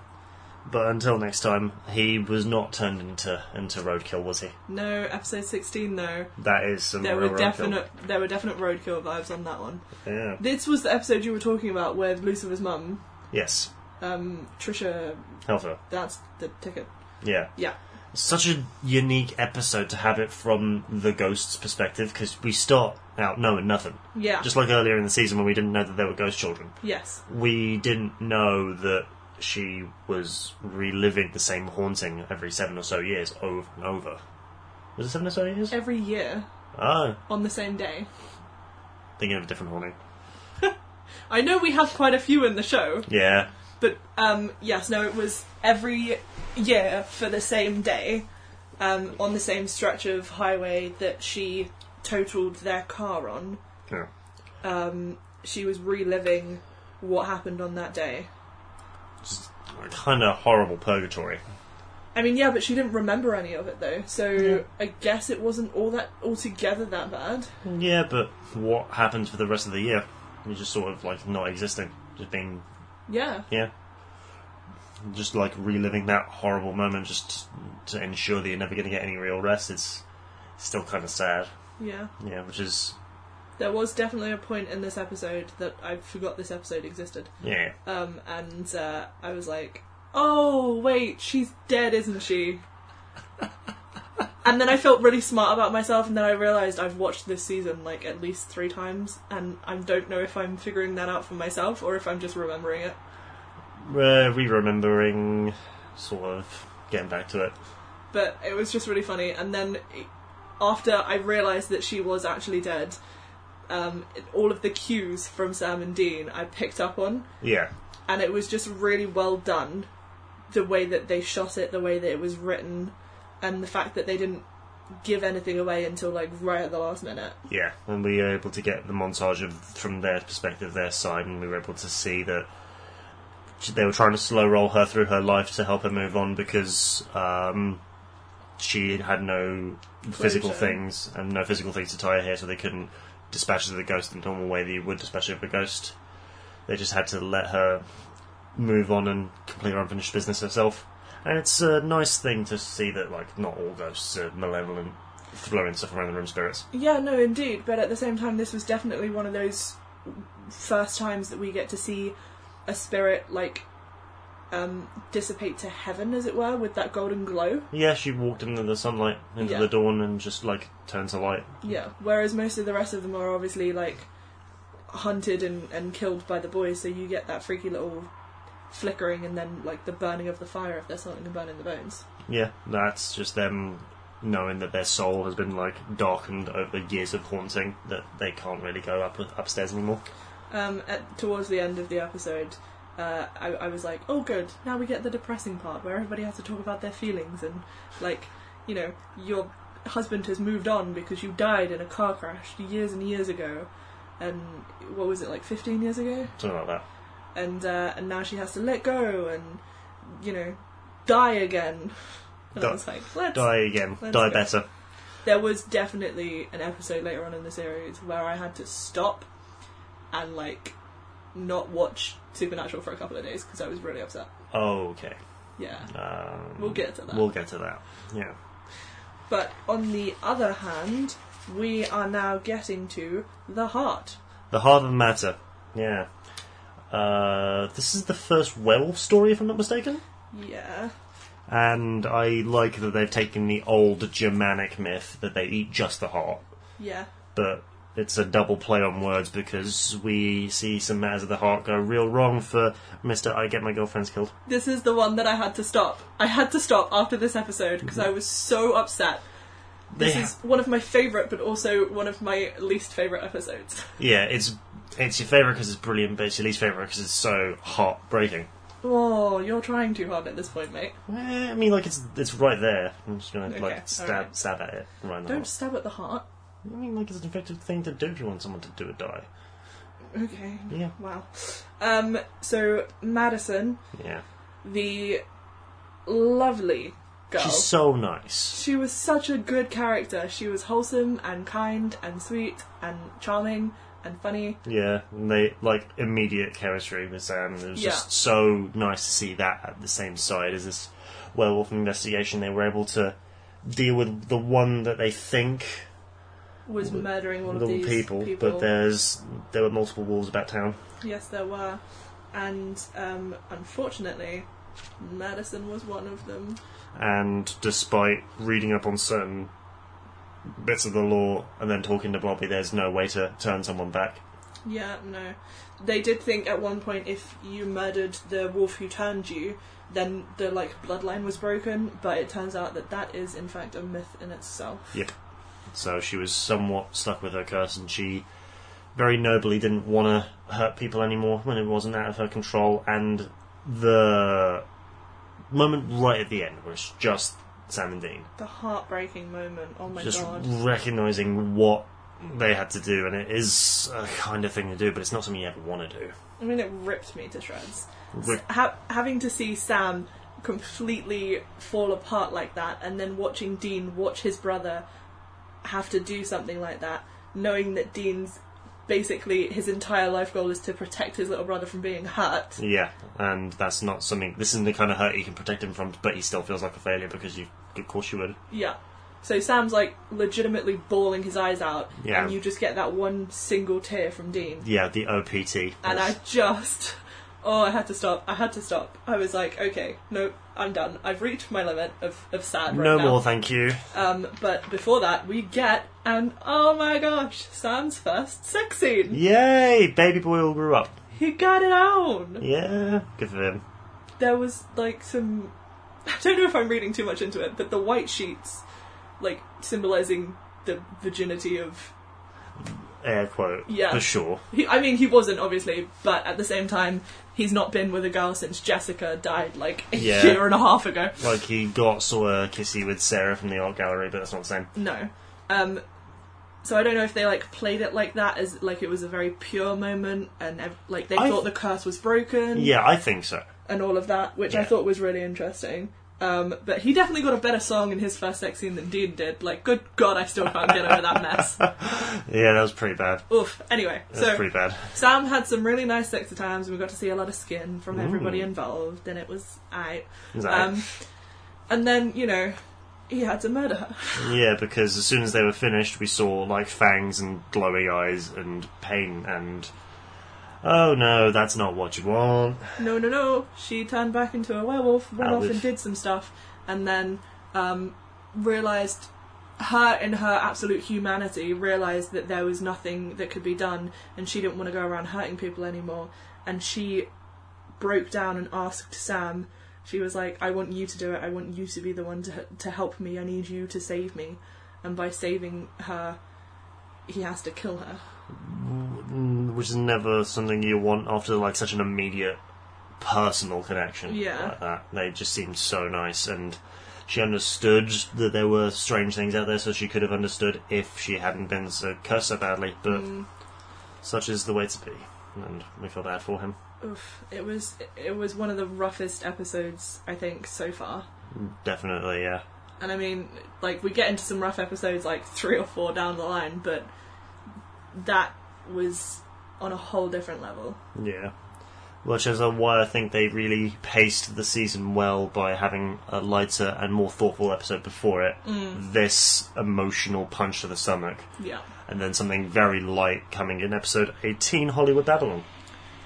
[SPEAKER 1] But until next time, he was not turned into into roadkill, was he?
[SPEAKER 2] No, episode sixteen though.
[SPEAKER 1] That is some
[SPEAKER 2] There
[SPEAKER 1] real
[SPEAKER 2] were
[SPEAKER 1] roadkill.
[SPEAKER 2] definite there were definite roadkill vibes on that one.
[SPEAKER 1] Yeah.
[SPEAKER 2] This was the episode you were talking about with Lucifer's mum,
[SPEAKER 1] Yes.
[SPEAKER 2] um, Trisha.
[SPEAKER 1] Helfer.
[SPEAKER 2] That's the ticket.
[SPEAKER 1] Yeah.
[SPEAKER 2] Yeah.
[SPEAKER 1] such a unique episode to have it from the ghost's perspective because we start out knowing nothing.
[SPEAKER 2] Yeah.
[SPEAKER 1] Just like earlier in the season when we didn't know that there were ghost children.
[SPEAKER 2] yes.
[SPEAKER 1] we didn't know that she was reliving the same haunting every seven or so years over and over. Was it seven or so years?
[SPEAKER 2] Every year
[SPEAKER 1] Oh,
[SPEAKER 2] on the same day.
[SPEAKER 1] thinking of a different haunting.
[SPEAKER 2] I know we have quite a few in the show.
[SPEAKER 1] Yeah,
[SPEAKER 2] But um, yes, no, it was every year for the same day um, on the same stretch of highway that she totaled their car on.
[SPEAKER 1] yeah.
[SPEAKER 2] Um, she was reliving what happened on that day.
[SPEAKER 1] Just kind of horrible purgatory.
[SPEAKER 2] I mean, yeah, but she didn't remember any of it though, so
[SPEAKER 1] Yeah.
[SPEAKER 2] I guess it wasn't all that altogether that bad.
[SPEAKER 1] Yeah, but what happens for the rest of the year? You're just sort of like not existing, just being
[SPEAKER 2] Yeah,
[SPEAKER 1] yeah, just like reliving that horrible moment just to ensure that you're never going to get any real rest. It's still kind of sad.
[SPEAKER 2] yeah.
[SPEAKER 1] Yeah, which is
[SPEAKER 2] There was definitely a point in this episode that I forgot this episode existed.
[SPEAKER 1] yeah.
[SPEAKER 2] Um, and uh, I was like, oh, wait, she's dead, isn't she? and then I felt really smart about myself, and then I realised I've watched this season like at least three times, and I don't know if I'm figuring that out for myself or if I'm just remembering it.
[SPEAKER 1] uh, re-remembering, sort of getting back to it.
[SPEAKER 2] But it was just really funny. And then after I realised that she was actually dead, um, all of the cues from Sam and Dean I picked up on.
[SPEAKER 1] Yeah,
[SPEAKER 2] and it was just really well done the way that they shot it the way that it was written and the fact that they didn't give anything away until like right at the last minute
[SPEAKER 1] yeah. And we were able to get the montage of from their perspective, their side, and we were able to see that they were trying to slow roll her through her life to help her move on because um, she had no physical
[SPEAKER 2] Closure.
[SPEAKER 1] things and no physical things to tie her hair, so they couldn't dispatch her to the ghost in the normal way that you would dispatch her of a ghost. They just had to let her move on and complete her unfinished business herself. And it's a nice thing to see that, like, not all ghosts are malevolent, throwing stuff around the room spirits.
[SPEAKER 2] yeah no indeed but at the same time this was definitely one of those first times that we get to see a spirit like um, dissipate to heaven as it were with that golden glow
[SPEAKER 1] Yeah, she walked into the sunlight, into
[SPEAKER 2] Yeah.
[SPEAKER 1] the dawn, and just like turned to light.
[SPEAKER 2] yeah whereas most of the rest of them are obviously like hunted and, and killed by the boys so you get that freaky little flickering and then like the burning of the fire if there's something burning the bones
[SPEAKER 1] Yeah, that's just them knowing that their soul has been like darkened over years of haunting, that they can't really go up upstairs anymore.
[SPEAKER 2] Um, at, towards the end of the episode, uh, I, I was like, "Oh, good! Now we get the depressing part where everybody has to talk about their feelings and, like, you know, your husband has moved on because you died in a car crash years and years ago, and what was it like, fifteen years ago?
[SPEAKER 1] Something like that.
[SPEAKER 2] And uh, and now she has to let go and, you know, die again." And I
[SPEAKER 1] Di-
[SPEAKER 2] was like, "Let's
[SPEAKER 1] Die again.
[SPEAKER 2] Let's
[SPEAKER 1] Die
[SPEAKER 2] go.
[SPEAKER 1] better.
[SPEAKER 2] there was definitely an episode later on in the series where I had to stop and like not watch Supernatural for a couple of days because I was really upset.
[SPEAKER 1] Oh, Okay.
[SPEAKER 2] Yeah,
[SPEAKER 1] Um,
[SPEAKER 2] we'll get to that.
[SPEAKER 1] We'll get to that. Yeah.
[SPEAKER 2] But on the other hand, we are now getting to the heart.
[SPEAKER 1] The heart of the matter. Yeah. Uh, this is the first werewolf story, if I'm not mistaken.
[SPEAKER 2] Yeah,
[SPEAKER 1] And I like that they've taken the old Germanic myth that they eat just the heart,
[SPEAKER 2] yeah,
[SPEAKER 1] but it's a double play on words because we see some matters of the heart go real wrong for Mister. I get my girlfriends killed.
[SPEAKER 2] this is the one that I had to stop. I had to stop after this episode because
[SPEAKER 1] Mm-hmm.
[SPEAKER 2] I was so upset. This
[SPEAKER 1] They-
[SPEAKER 2] is one of my favourite, but also one of my least favourite episodes.
[SPEAKER 1] yeah, it's it's your favorite because it's brilliant, but it's your least favorite because it's so heartbreaking.
[SPEAKER 2] oh, you're trying too hard at this point, mate.
[SPEAKER 1] Eh, I mean, like it's it's right there. I'm just gonna
[SPEAKER 2] Okay,
[SPEAKER 1] like stab
[SPEAKER 2] alright.
[SPEAKER 1] stab at it right now.
[SPEAKER 2] Don't stab at the heart.
[SPEAKER 1] I mean, like it's an effective thing to do if you want someone to do or die.
[SPEAKER 2] Okay.
[SPEAKER 1] Yeah,
[SPEAKER 2] Wow. Um, so Madison,
[SPEAKER 1] yeah.
[SPEAKER 2] the lovely girl.
[SPEAKER 1] She's so nice.
[SPEAKER 2] she was such a good character. She was wholesome and kind and sweet and charming and funny.
[SPEAKER 1] Yeah, and they like immediate chemistry with Sam. It was
[SPEAKER 2] Yeah.
[SPEAKER 1] just so nice to see that at the same side as this werewolf investigation. They were able to deal with the one that they think
[SPEAKER 2] Was
[SPEAKER 1] The-
[SPEAKER 2] murdering all of
[SPEAKER 1] the
[SPEAKER 2] these
[SPEAKER 1] people,
[SPEAKER 2] people.
[SPEAKER 1] but there's there were multiple walls about town.
[SPEAKER 2] yes, there were, and um, unfortunately, Madison was one of them.
[SPEAKER 1] and despite reading up on certain bits of the law and then talking to Blobby, there's no way to turn someone back.
[SPEAKER 2] Yeah, no. They did think at one point if you murdered the wolf who turned you, then the like bloodline was broken, but it turns out that that is in fact a myth in itself.
[SPEAKER 1] Yep. So she was somewhat stuck with her curse, and she very nobly didn't want to hurt people anymore when it wasn't out of her control. And the moment right at the end was just Sam and Dean,
[SPEAKER 2] The heartbreaking moment. Oh my
[SPEAKER 1] just
[SPEAKER 2] god.
[SPEAKER 1] recognizing what they had to do, and it is a kind of thing to do, but it's not something you ever want to do.
[SPEAKER 2] I mean, it ripped me to shreds.
[SPEAKER 1] Rip-
[SPEAKER 2] Ha- having to see Sam completely fall apart like that, and then watching Dean watch his brother have to do something like that, knowing that Dean's basically his entire life goal is to protect his little brother from being hurt.
[SPEAKER 1] Yeah, and that's not something. This isn't the kind of hurt you can protect him from, but he still feels like a failure because you. Of course you would.
[SPEAKER 2] Yeah. So Sam's like legitimately bawling his eyes out,
[SPEAKER 1] Yeah.
[SPEAKER 2] and you just get that one single tear from Dean.
[SPEAKER 1] Yeah, the OPT.
[SPEAKER 2] And I just, oh, I had to stop. I had to stop. I was like, okay, no, I'm done. I've reached my limit of, of sad right
[SPEAKER 1] no
[SPEAKER 2] now.
[SPEAKER 1] more, thank you.
[SPEAKER 2] Um, but before that, we get, and oh my gosh, Sam's first sex scene.
[SPEAKER 1] Yay! Baby boy all grew up.
[SPEAKER 2] He got it on.
[SPEAKER 1] Yeah, good for him.
[SPEAKER 2] there was like some I don't know if I'm reading too much into it, but the white sheets like symbolizing the virginity of
[SPEAKER 1] Air quote.
[SPEAKER 2] Yeah.
[SPEAKER 1] For sure.
[SPEAKER 2] he, I mean he wasn't obviously, but at the same time he's not been with a girl since Jessica died like a
[SPEAKER 1] Yeah.
[SPEAKER 2] year and a half ago.
[SPEAKER 1] Like he got saw a kissy with Sarah from the art gallery, but that's not the same.
[SPEAKER 2] No. Um so I don't know if they like played it like that as like it was a very pure moment and ev- like they
[SPEAKER 1] I-
[SPEAKER 2] thought the curse was broken
[SPEAKER 1] Yeah, I think so.
[SPEAKER 2] and all of that, which I
[SPEAKER 1] Yeah.
[SPEAKER 2] thought was really interesting. Um, but he definitely got a better song in his first sex scene than Dean did. Like, good God, I still can't get over that mess.
[SPEAKER 1] Yeah, that was pretty bad.
[SPEAKER 2] Oof. Anyway,
[SPEAKER 1] That was
[SPEAKER 2] so
[SPEAKER 1] pretty bad.
[SPEAKER 2] Sam had some really nice sexy times, and we got to see a lot of skin from everybody involved, and it was aight.
[SPEAKER 1] Exactly.
[SPEAKER 2] Um, and then you know, he had to murder her.
[SPEAKER 1] yeah, because as soon as they were finished, we saw like fangs and glowing eyes and pain and. Oh no, that's not what you want.
[SPEAKER 2] No, no, no. She turned back into a werewolf, went
[SPEAKER 1] That
[SPEAKER 2] off
[SPEAKER 1] was-
[SPEAKER 2] and did some stuff, and then um, realized her, in her absolute humanity, realized that there was nothing that could be done, and she didn't want to go around hurting people anymore. And she broke down and asked Sam She was like, "I want you to do it. I want you to be the one to to help me. I need you to save me." And by saving her, he has to kill her.
[SPEAKER 1] Mm, which is never something you want after like such an immediate personal connection
[SPEAKER 2] Yeah.
[SPEAKER 1] like that. They just seemed so nice, and she understood that there were strange things out there, so she could have understood if she hadn't been so cursed so badly. But
[SPEAKER 2] Mm.
[SPEAKER 1] such is the way to be, and we feel bad for him,
[SPEAKER 2] Oof, it was it was one of the roughest episodes I think so far.
[SPEAKER 1] definitely. Yeah,
[SPEAKER 2] And I mean, like we get into some rough episodes like three or four down the line, but that was on a whole different level.
[SPEAKER 1] yeah. Which is uh, why I think they really paced the season well by having a lighter and more thoughtful episode before it.
[SPEAKER 2] Mm.
[SPEAKER 1] This emotional punch to the stomach.
[SPEAKER 2] Yeah.
[SPEAKER 1] and then something very light coming in episode 18 Hollywood Babylon.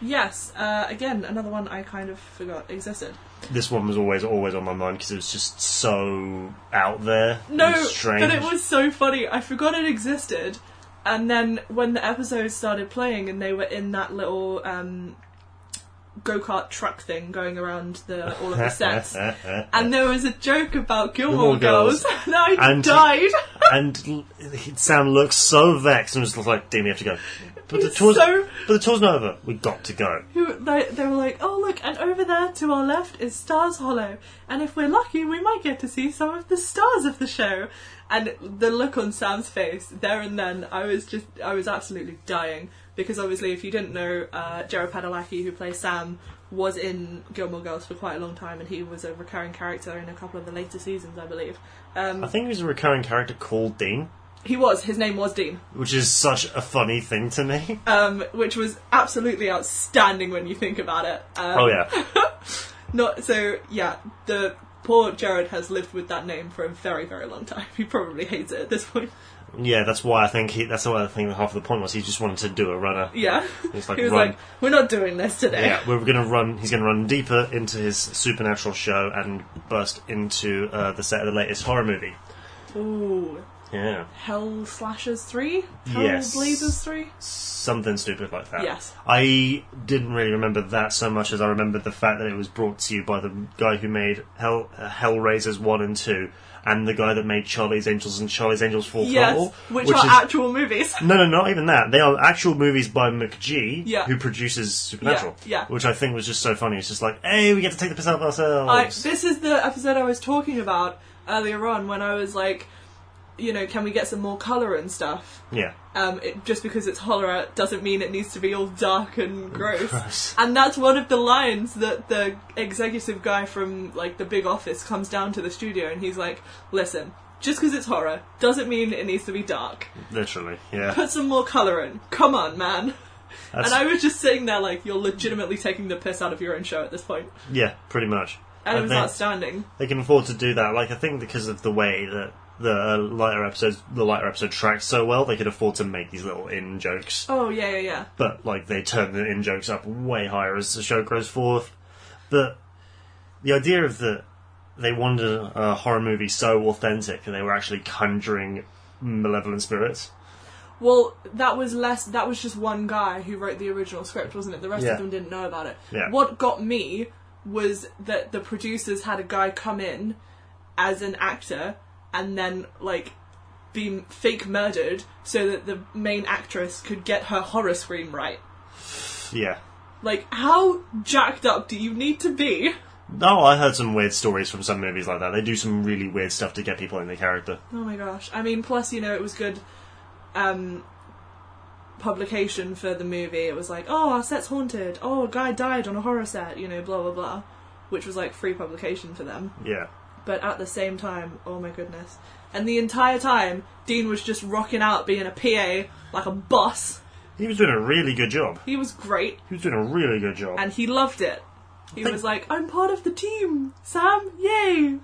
[SPEAKER 2] Yes. Uh, again, another one I kind of forgot existed.
[SPEAKER 1] This one was always always on my mind because it was just so out there.
[SPEAKER 2] No,
[SPEAKER 1] and strange.
[SPEAKER 2] but it was so funny. I forgot it existed, and then when the episode started playing and they were in that little um, go kart truck thing going around the all of the sets, and there was a joke about Gilmore
[SPEAKER 1] Gilmore Girls.
[SPEAKER 2] Girls, and I
[SPEAKER 1] And-
[SPEAKER 2] died.
[SPEAKER 1] and l- Sam looks so vexed and was like, "Dear, we have to go." But the
[SPEAKER 2] He's
[SPEAKER 1] tour's
[SPEAKER 2] so-
[SPEAKER 1] but the tour's not over. We got to go.
[SPEAKER 2] Who they, they were like, oh look, and over there to our left is Stars Hollow, and if we're lucky, we might get to see some of the stars of the show. And the look on Sam's face there and then, I was just, I was absolutely dying because obviously, if you didn't know, uh, Jared Padalecki, who plays Sam, was in Gilmore Girls for quite a long time, and he was a recurring character in a couple of the later seasons, I believe.
[SPEAKER 1] I
[SPEAKER 2] Um,
[SPEAKER 1] think he was a recurring character called Dean,
[SPEAKER 2] he was, his name was Dean.
[SPEAKER 1] which is such a funny thing to me.
[SPEAKER 2] um, which was absolutely outstanding when you think about it. Um,
[SPEAKER 1] oh yeah,
[SPEAKER 2] Not so. Yeah, the poor Jared has lived with that name for a very, very long time. He probably hates it at this point.
[SPEAKER 1] yeah. That's why I think he, that's why I think half of the point was he just wanted to do a runner.
[SPEAKER 2] Yeah,
[SPEAKER 1] It's like,
[SPEAKER 2] he was
[SPEAKER 1] run.
[SPEAKER 2] like, "We're not doing this today."
[SPEAKER 1] Yeah, we're gonna run. He's gonna run deeper into his supernatural show and burst into uh, the set of the latest horror movie.
[SPEAKER 2] Ooh,
[SPEAKER 1] Yeah,
[SPEAKER 2] Hell Slashers three, Hell
[SPEAKER 1] Yes.
[SPEAKER 2] Blazers three.
[SPEAKER 1] something stupid like that.
[SPEAKER 2] Yes.
[SPEAKER 1] I didn't really remember that so much as I remembered the fact that it was brought to you by the guy who made Hell uh, Hellraisers one and two, and the guy that made Charlie's Angels and Charlie's Angels Full
[SPEAKER 2] Yes,
[SPEAKER 1] Throttle,
[SPEAKER 2] which,
[SPEAKER 1] is
[SPEAKER 2] are actual movies.
[SPEAKER 1] no, no, not even that. They are actual movies by McGee,
[SPEAKER 2] Yeah.
[SPEAKER 1] who produces Supernatural,
[SPEAKER 2] yeah.
[SPEAKER 1] which I think was just so funny. It's just like, hey, we get to take the piss out of ourselves.
[SPEAKER 2] I, this is the episode I was talking about earlier on when I was like, you know, can we get some more color and stuff?
[SPEAKER 1] yeah.
[SPEAKER 2] um, it, just because it's horror doesn't mean it needs to be all dark and gross.
[SPEAKER 1] Gross.
[SPEAKER 2] And that's one of the lines that the executive guy from like the big office comes down to the studio and he's like, "Listen, just because it's horror doesn't mean it needs to be dark.
[SPEAKER 1] Literally, yeah.
[SPEAKER 2] Put some more color in. Come on, man."
[SPEAKER 1] That's-
[SPEAKER 2] And I was just sitting there like, "You're legitimately taking the piss out of your own show at this point."
[SPEAKER 1] Yeah, pretty much.
[SPEAKER 2] And it was
[SPEAKER 1] they,
[SPEAKER 2] outstanding.
[SPEAKER 1] they can afford to do that. Like I think because of the way that the uh, lighter episodes, the lighter episode tracks so well, they could afford to make these little in jokes.
[SPEAKER 2] Oh yeah, yeah, yeah.
[SPEAKER 1] But like they turn the in jokes up way higher as the show grows forth. But the idea of the they wanted a horror movie so authentic that they were actually conjuring malevolent spirits.
[SPEAKER 2] Well, that was less. That was just one guy who wrote the original script, wasn't it? The rest
[SPEAKER 1] Yeah.
[SPEAKER 2] of them didn't know about it.
[SPEAKER 1] Yeah.
[SPEAKER 2] What got me was that the producers had a guy come in as an actor and then like be fake murdered so that the main actress could get her horror scream right.
[SPEAKER 1] Yeah.
[SPEAKER 2] Like, how jacked up do you need to be?
[SPEAKER 1] No, Oh, I heard some weird stories from some movies like that. They do some really weird stuff to get people in the character.
[SPEAKER 2] Oh my gosh. I mean, plus, you know, it was good um, publication for the movie. It was like, oh, our set's haunted. Oh, a guy died on a horror set, you know, blah, blah, blah. Which was like free publication for them.
[SPEAKER 1] Yeah.
[SPEAKER 2] But at the same time, oh my goodness. And the entire time, Dean was just rocking out being a PA like a boss.
[SPEAKER 1] He was doing a really good job.
[SPEAKER 2] He was great
[SPEAKER 1] He was doing a really good job.
[SPEAKER 2] and he loved it. He
[SPEAKER 1] Thank-
[SPEAKER 2] was like, I'm part of the team, Sam, yay!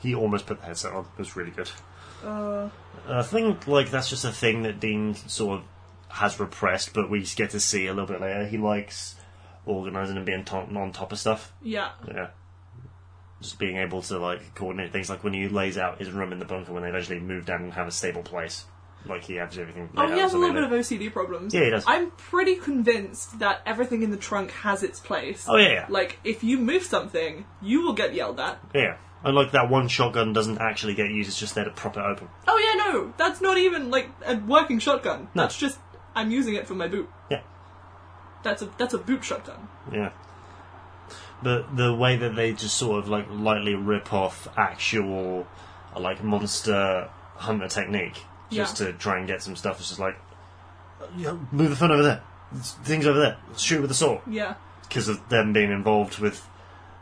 [SPEAKER 1] he almost put the headset on. It was really good.
[SPEAKER 2] Uh,
[SPEAKER 1] I think like that's just a thing that Dean sort of has repressed, but we get to see a little bit later. He likes organising and being top, on top of stuff.
[SPEAKER 2] yeah.
[SPEAKER 1] Yeah, just being able to like coordinate things. Like when he lays out his room in the bunker when they eventually move down and have a stable place. Like he has everything.
[SPEAKER 2] Oh,
[SPEAKER 1] laid
[SPEAKER 2] he
[SPEAKER 1] out
[SPEAKER 2] has a little
[SPEAKER 1] something
[SPEAKER 2] bit of OCD problems.
[SPEAKER 1] Yeah, he does.
[SPEAKER 2] I'm pretty convinced that everything in the trunk has its place.
[SPEAKER 1] Oh yeah, yeah,
[SPEAKER 2] Like, if you move something, you will get yelled at.
[SPEAKER 1] yeah. And like that one shotgun doesn't actually get used; it's just there to prop it open.
[SPEAKER 2] Oh, yeah, no, that's not even, like, a working shotgun.
[SPEAKER 1] No.
[SPEAKER 2] That's just, I'm using it for my boot.
[SPEAKER 1] Yeah.
[SPEAKER 2] That's a, that's a boot shotgun.
[SPEAKER 1] Yeah. But the way that they just sort of like lightly rip off actual uh, like monster hunter technique just to try and get some stuff is just like "Yeah, move the phone over there. Things over there. Shoot with the sword
[SPEAKER 2] Yeah.
[SPEAKER 1] because of them being involved with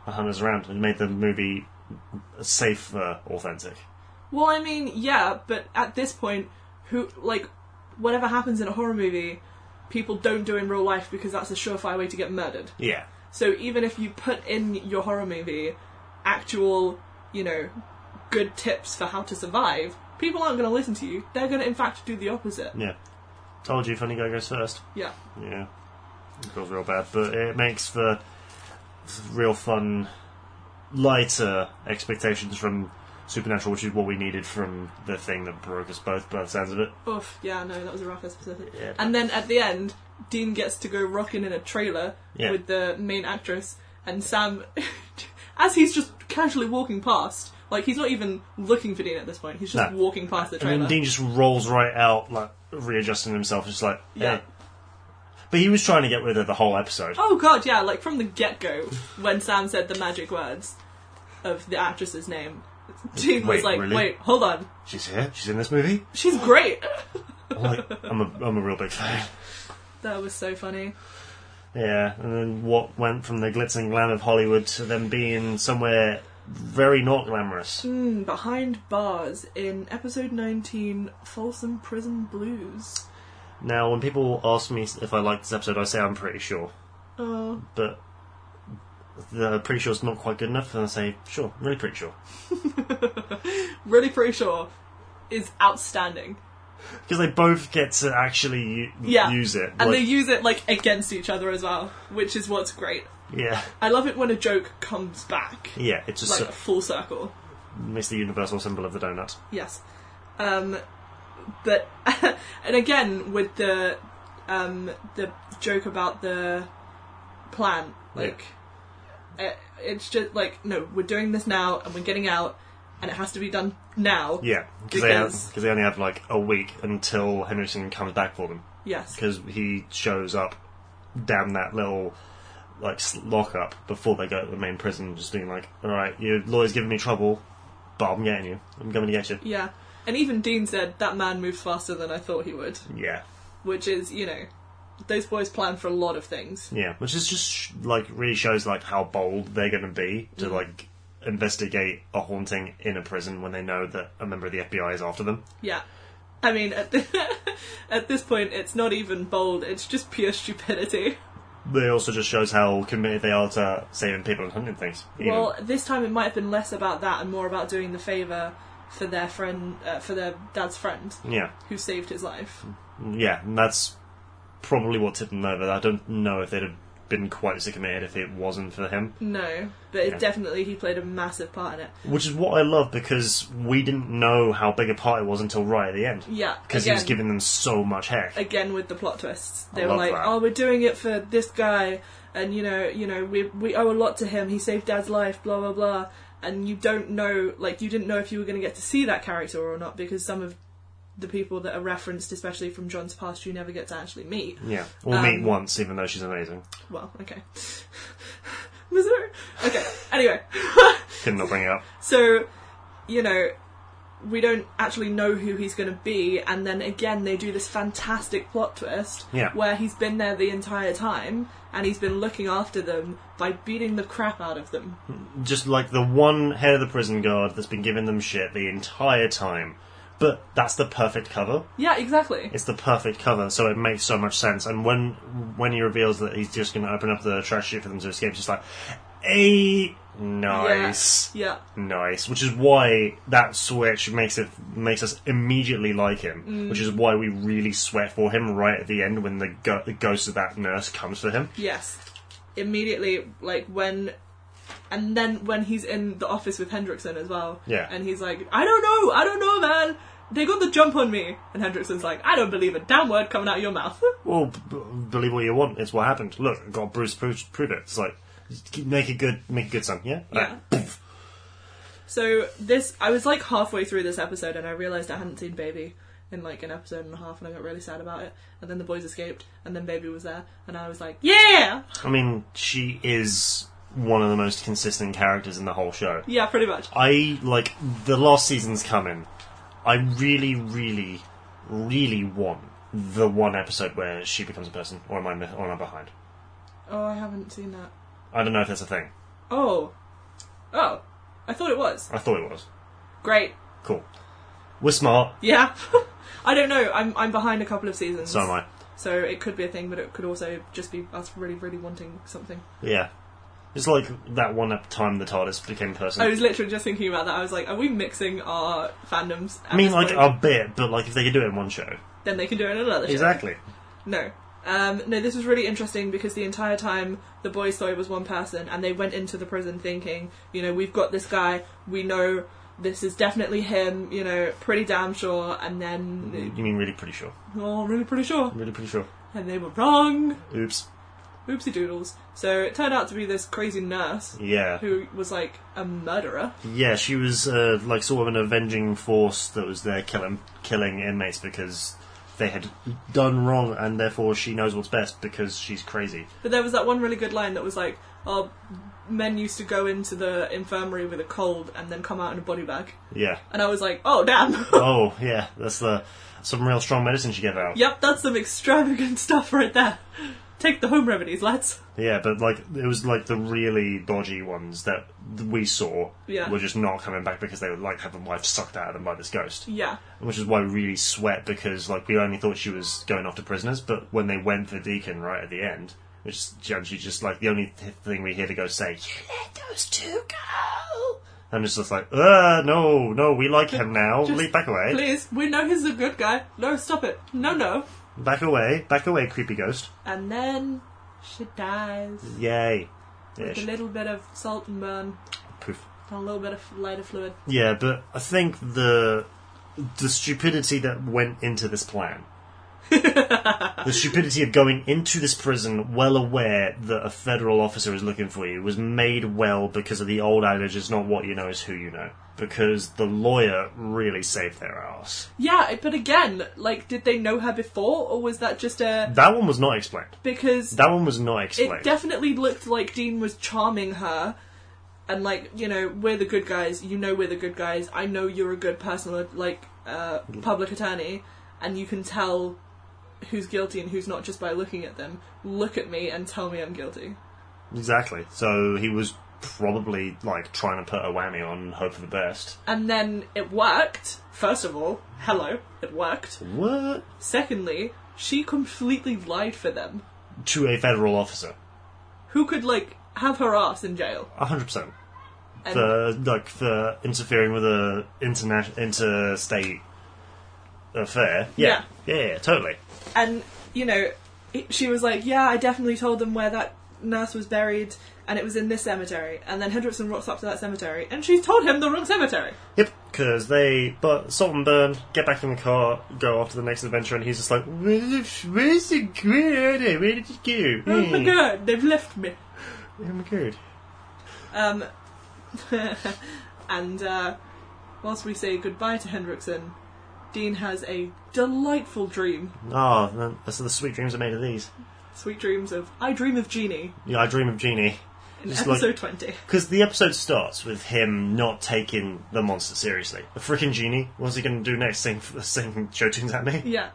[SPEAKER 1] the hunters around and made the movie safe, uh, authentic.
[SPEAKER 2] Well, I mean, yeah, but at this point, who like whatever happens in a horror movie, people don't do in real life because that's a surefire way to get murdered.
[SPEAKER 1] Yeah,
[SPEAKER 2] So even if you put in your horror movie actual, you know, good tips for how to survive, people aren't going to listen to you. They're going to in fact do the opposite.
[SPEAKER 1] yeah. Told you, funny guy goes first.
[SPEAKER 2] Yeah.
[SPEAKER 1] Yeah, it feels real bad, but it makes for real fun, lighter expectations from Supernatural, which is what we needed from the thing that broke us both. By the sounds of it,
[SPEAKER 2] Oof. Yeah. No, that was a rough episode.
[SPEAKER 1] Yeah.
[SPEAKER 2] And then at the end, Dean gets to go rocking in a trailer
[SPEAKER 1] Yeah.
[SPEAKER 2] with the main actress, and Sam, as he's just casually walking past, like he's not even looking for Dean at this point. He's just
[SPEAKER 1] No.
[SPEAKER 2] walking past the
[SPEAKER 1] and
[SPEAKER 2] trailer.
[SPEAKER 1] then Dean just rolls right out, like readjusting himself, just like yeah.
[SPEAKER 2] Yeah.
[SPEAKER 1] But he was trying to get rid of the whole episode.
[SPEAKER 2] oh god, yeah! Like from the get go, when Sam said the magic words of the actress's name, Dean
[SPEAKER 1] Wait,
[SPEAKER 2] was like,
[SPEAKER 1] really?
[SPEAKER 2] "Wait, hold on,
[SPEAKER 1] She's here. She's in this movie.
[SPEAKER 2] she's great."
[SPEAKER 1] I'm like, I'm a, I'm a real big fan.
[SPEAKER 2] that was so funny.
[SPEAKER 1] Yeah, and then what went from the glitz and glam of Hollywood to them being somewhere very not glamorous.
[SPEAKER 2] Hmm, behind bars in episode nineteen, Folsom Prison Blues.
[SPEAKER 1] Now, when people ask me if I like this episode, I say I'm pretty sure,
[SPEAKER 2] Oh,
[SPEAKER 1] but the pretty sure is not quite good enough, and I say sure, really pretty sure,
[SPEAKER 2] really pretty sure is outstanding.
[SPEAKER 1] because they both get to actually u-
[SPEAKER 2] Yeah.
[SPEAKER 1] use it.
[SPEAKER 2] And they
[SPEAKER 1] like-
[SPEAKER 2] use it like against each other as well, which is what's great.
[SPEAKER 1] yeah,
[SPEAKER 2] I love it when a joke comes back,
[SPEAKER 1] yeah, it just
[SPEAKER 2] like
[SPEAKER 1] uh,
[SPEAKER 2] a full circle.
[SPEAKER 1] makes the universal symbol of the donut.
[SPEAKER 2] Yes, um, but and again with the um, the joke about the plan,
[SPEAKER 1] Yeah.
[SPEAKER 2] like it, it's just like no, we're doing this now and we're getting out, and it has to be done now.
[SPEAKER 1] Yeah, cause they have,
[SPEAKER 2] Because-
[SPEAKER 1] because they only have like a week until Henderson comes back for them,
[SPEAKER 2] Yes,
[SPEAKER 1] because he shows up down that little like s- lock up before they go to the main prison, just being like, all right, your lawyer's giving me trouble, but I'm getting you, I'm coming to get you.
[SPEAKER 2] yeah. And even Dean said that man moves faster than I thought he would.
[SPEAKER 1] Yeah.
[SPEAKER 2] which is you know those boys plan for a lot of things
[SPEAKER 1] Yeah, which is just sh- like really shows like how bold they're going to be
[SPEAKER 2] Mm.
[SPEAKER 1] to like investigate a haunting in a prison when they know that a member of the FBI is after them.
[SPEAKER 2] yeah i mean at, th at this point it's not even bold it's just pure stupidity
[SPEAKER 1] But it also just shows how committed they are to saving people and hunting things. even.
[SPEAKER 2] well this time it might have been less about that and more about doing the favor for their friend uh, for their dad's friend
[SPEAKER 1] yeah,
[SPEAKER 2] who saved his life
[SPEAKER 1] Hmm. yeah, and that's probably what tipped them over. I don't know if they'd have been quite so committed if it wasn't for him,
[SPEAKER 2] no but it
[SPEAKER 1] Yeah.
[SPEAKER 2] definitely he played a massive part in it
[SPEAKER 1] which is what I love because we didn't know how big a part it was until right at the end
[SPEAKER 2] yeah
[SPEAKER 1] because he was
[SPEAKER 2] again-
[SPEAKER 1] giving them so much heck.
[SPEAKER 2] again with the plot twists. They
[SPEAKER 1] I
[SPEAKER 2] were
[SPEAKER 1] love
[SPEAKER 2] like,
[SPEAKER 1] that.
[SPEAKER 2] "Oh, we're doing it for this guy, and you know, you know, we we owe a lot to him. He saved Dad's life, blah blah blah." And you don't know, like, you didn't know if you were going to get to see that character or not because some of the people that are referenced, especially from John's past, you never get to actually meet.
[SPEAKER 1] yeah, we'll
[SPEAKER 2] Um,
[SPEAKER 1] meet once, even though she's amazing.
[SPEAKER 2] Well, okay, Missouri. Okay, anyway,
[SPEAKER 1] Couldn't not bring it up.
[SPEAKER 2] so you know. We don't actually know who he's going to be, and then again, they do this fantastic plot twist
[SPEAKER 1] Yeah.
[SPEAKER 2] where he's been there the entire time and he's been looking after them by beating the crap out of them.
[SPEAKER 1] just like the one head of the prison guard that's been giving them shit the entire time. But that's the perfect cover.
[SPEAKER 2] Yeah, exactly.
[SPEAKER 1] It's the perfect cover, so it makes so much sense. And when when he reveals that he's just going to open up the trash chute for them to escape, it's just like, a nice,
[SPEAKER 2] Yeah.
[SPEAKER 1] nice. Which is why that switch makes it makes us immediately like him. Which is why we really sweat for him right at the end when the, go- the ghost of that nurse comes for him.
[SPEAKER 2] Yes. Immediately, like when. And then when he's in the office with Hendrickson as well.
[SPEAKER 1] Yeah.
[SPEAKER 2] And he's like, I don't know, I don't know, man. they got the jump on me. And Hendrickson's like, I don't believe a damn word coming out of your mouth.
[SPEAKER 1] Well, b- b- believe what you want. It's what happened. Look, I got Bruce Pru- Pruitt. It's like just keep- make it good, make it good, son. Yeah,
[SPEAKER 2] Yeah. so this, I was like halfway through this episode and I realised I hadn't seen Baby in like an episode and a half and I got really sad about it. And then the boys escaped and then Baby was there and I was like, yeah!
[SPEAKER 1] I mean, she is one of the most consistent characters in the whole show.
[SPEAKER 2] Yeah, pretty much.
[SPEAKER 1] I like the last season's coming. I really, really, really want the one episode where she becomes a person, or am I, mi- or am I behind?
[SPEAKER 2] Oh, I haven't seen that.
[SPEAKER 1] I don't know if that's a thing.
[SPEAKER 2] Oh. Oh. I thought it was.
[SPEAKER 1] I thought it was
[SPEAKER 2] Great.
[SPEAKER 1] cool. We're smart,
[SPEAKER 2] Yeah. I don't know. I'm I'm behind a couple of seasons.
[SPEAKER 1] so am I.
[SPEAKER 2] So it could be a thing, but it could also just be us really, really wanting something.
[SPEAKER 1] Yeah, it's like that one ep- time the TARDIS became person.
[SPEAKER 2] I was literally just thinking about that. I was like, are we mixing our fandoms? At
[SPEAKER 1] I mean,
[SPEAKER 2] this
[SPEAKER 1] like uh,
[SPEAKER 2] point?
[SPEAKER 1] a bit, but like if they could do it in one show,
[SPEAKER 2] then they can do it in another. show.
[SPEAKER 1] exactly.
[SPEAKER 2] No. Um, no, this was really interesting because the entire time the boys thought it was one person and they went into the prison thinking, you know, we've got this guy, we know this is definitely him, you know, pretty damn sure, and then,
[SPEAKER 1] You mean really pretty sure?
[SPEAKER 2] oh, really pretty sure.
[SPEAKER 1] Really pretty sure?
[SPEAKER 2] And they were wrong.
[SPEAKER 1] Oops.
[SPEAKER 2] Oopsie doodles. So it turned out to be this crazy nurse
[SPEAKER 1] Yeah.
[SPEAKER 2] who was like a murderer.
[SPEAKER 1] Yeah, she was uh, like sort of an avenging force that was there killing killing inmates because they had done wrong, and therefore she knows what's best because she's crazy.
[SPEAKER 2] But there was that one really good line that was like, oh, men used to go into the infirmary with a cold and then come out in a body bag.
[SPEAKER 1] Yeah.
[SPEAKER 2] And I was like, oh, damn.
[SPEAKER 1] Oh, yeah. That's the some real strong medicine she gave out.
[SPEAKER 2] yep, that's some extravagant stuff right there. Take the home remedies, lads.
[SPEAKER 1] Yeah, but like it was like the really dodgy ones that we saw
[SPEAKER 2] Yeah.
[SPEAKER 1] were just not coming back because they were like having life sucked out of them by this ghost.
[SPEAKER 2] Yeah.
[SPEAKER 1] which is why we really sweat because like we only thought she was going after prisoners, but when they went for Deacon right at the end, which is actually just like the only th- thing we hear the ghost say, "You let those two go," and it's just like, uh, no, no, we like him now.
[SPEAKER 2] Just
[SPEAKER 1] Leave back away,
[SPEAKER 2] Please, we know he's a good guy. No, stop it. No, no.
[SPEAKER 1] back away, back away, creepy ghost.
[SPEAKER 2] And then she dies.
[SPEAKER 1] Yay,
[SPEAKER 2] With a
[SPEAKER 1] Ish.
[SPEAKER 2] little bit of salt and burn
[SPEAKER 1] Poof.
[SPEAKER 2] and a little bit of lighter fluid.
[SPEAKER 1] Yeah, but I think the the stupidity that went into this plan. the stupidity of going into this prison well aware that a federal officer is looking for you was made well because of the old adage it's not what you know is who you know because the lawyer really saved their ass
[SPEAKER 2] Yeah, but again, like, did they know her before, or was that just a
[SPEAKER 1] that one was not explained
[SPEAKER 2] because
[SPEAKER 1] that one was not
[SPEAKER 2] it
[SPEAKER 1] explained
[SPEAKER 2] definitely looked like Dean was charming her, and like, you know, we're the good guys. You know, we're the good guys. I know you're a good personal, like, uh, public attorney, and you can tell who's guilty and who's not just by looking at them. Look at me and tell me I'm guilty.
[SPEAKER 1] exactly so he was probably like trying to put a whammy on hope for the best
[SPEAKER 2] And then it worked. First of all, hello, it worked.
[SPEAKER 1] what
[SPEAKER 2] Secondly, she completely lied for them.
[SPEAKER 1] to a federal officer
[SPEAKER 2] Who could like have her ass in jail?
[SPEAKER 1] 100%
[SPEAKER 2] And
[SPEAKER 1] for like for interfering with a interna- interstate affair. Yeah. yeah, yeah, totally.
[SPEAKER 2] and you know, it- she was like, "Yeah, I definitely told them where that nurse was buried, and it was in this cemetery." And then Hendrickson walks up to that cemetery, and she's told him the wrong cemetery.
[SPEAKER 1] Yep, because they but salt and burn, get back in the car, go off to the next adventure, and he's just like, "Where's the, where's the good? Where did you go? Hmm.
[SPEAKER 2] Oh my god, they've left me.
[SPEAKER 1] Oh my god!
[SPEAKER 2] Um, and uh, whilst we say goodbye to Hendrickson, Dean has a delightful dream.
[SPEAKER 1] Ah, oh, that's the sweet dreams are made of these.
[SPEAKER 2] Sweet dreams of I dream of Jeannie
[SPEAKER 1] Yeah, I dream of Genie.
[SPEAKER 2] in
[SPEAKER 1] Just like-
[SPEAKER 2] episode twenty.
[SPEAKER 1] Because the episode starts with him not taking the monster seriously. A freaking genie. What's he going to do next? Sing, sing show tunes at me?
[SPEAKER 2] Yeah.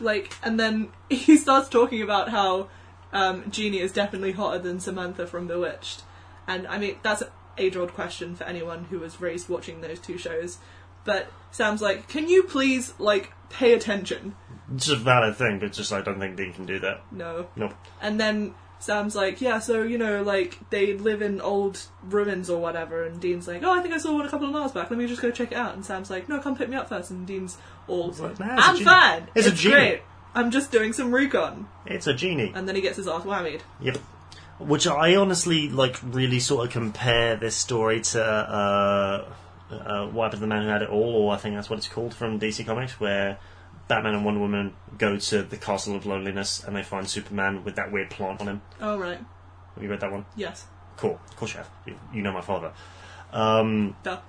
[SPEAKER 2] Like, and then he starts talking about how um, Jeannie is definitely hotter than Samantha from Bewitched. And I mean, that's an age old question for anyone who was raised watching those two shows. But Sam's like, can you please, like, pay attention?
[SPEAKER 1] It's a valid thing, but just I don't think Dean can do that.
[SPEAKER 2] No.
[SPEAKER 1] Nope.
[SPEAKER 2] And then Sam's like, yeah, so, you know, like, they live in old ruins or whatever. And Dean's like, oh, I think I saw one a couple of miles back. Let me just go check it out. And Sam's like, no, come pick me up first. And Dean's all,
[SPEAKER 1] like, "Nah, it's a
[SPEAKER 2] I'm
[SPEAKER 1] genie.
[SPEAKER 2] fine.
[SPEAKER 1] It's a genie."
[SPEAKER 2] great. I'm just doing some recon.
[SPEAKER 1] It's a genie.
[SPEAKER 2] and then he gets his ass whammied.
[SPEAKER 1] Yep. Which I honestly like really sort of compare this story to uh uh, What Happened to the Man Who Had It All, or I think that's what it's called from DC Comics, where Batman and Wonder Woman go to the Castle of Loneliness and they find Superman with that weird plant on him.
[SPEAKER 2] Oh, right.
[SPEAKER 1] Have you read that one?
[SPEAKER 2] Yes.
[SPEAKER 1] Cool. Of course you have. You, you know my father. Um,
[SPEAKER 2] Duh.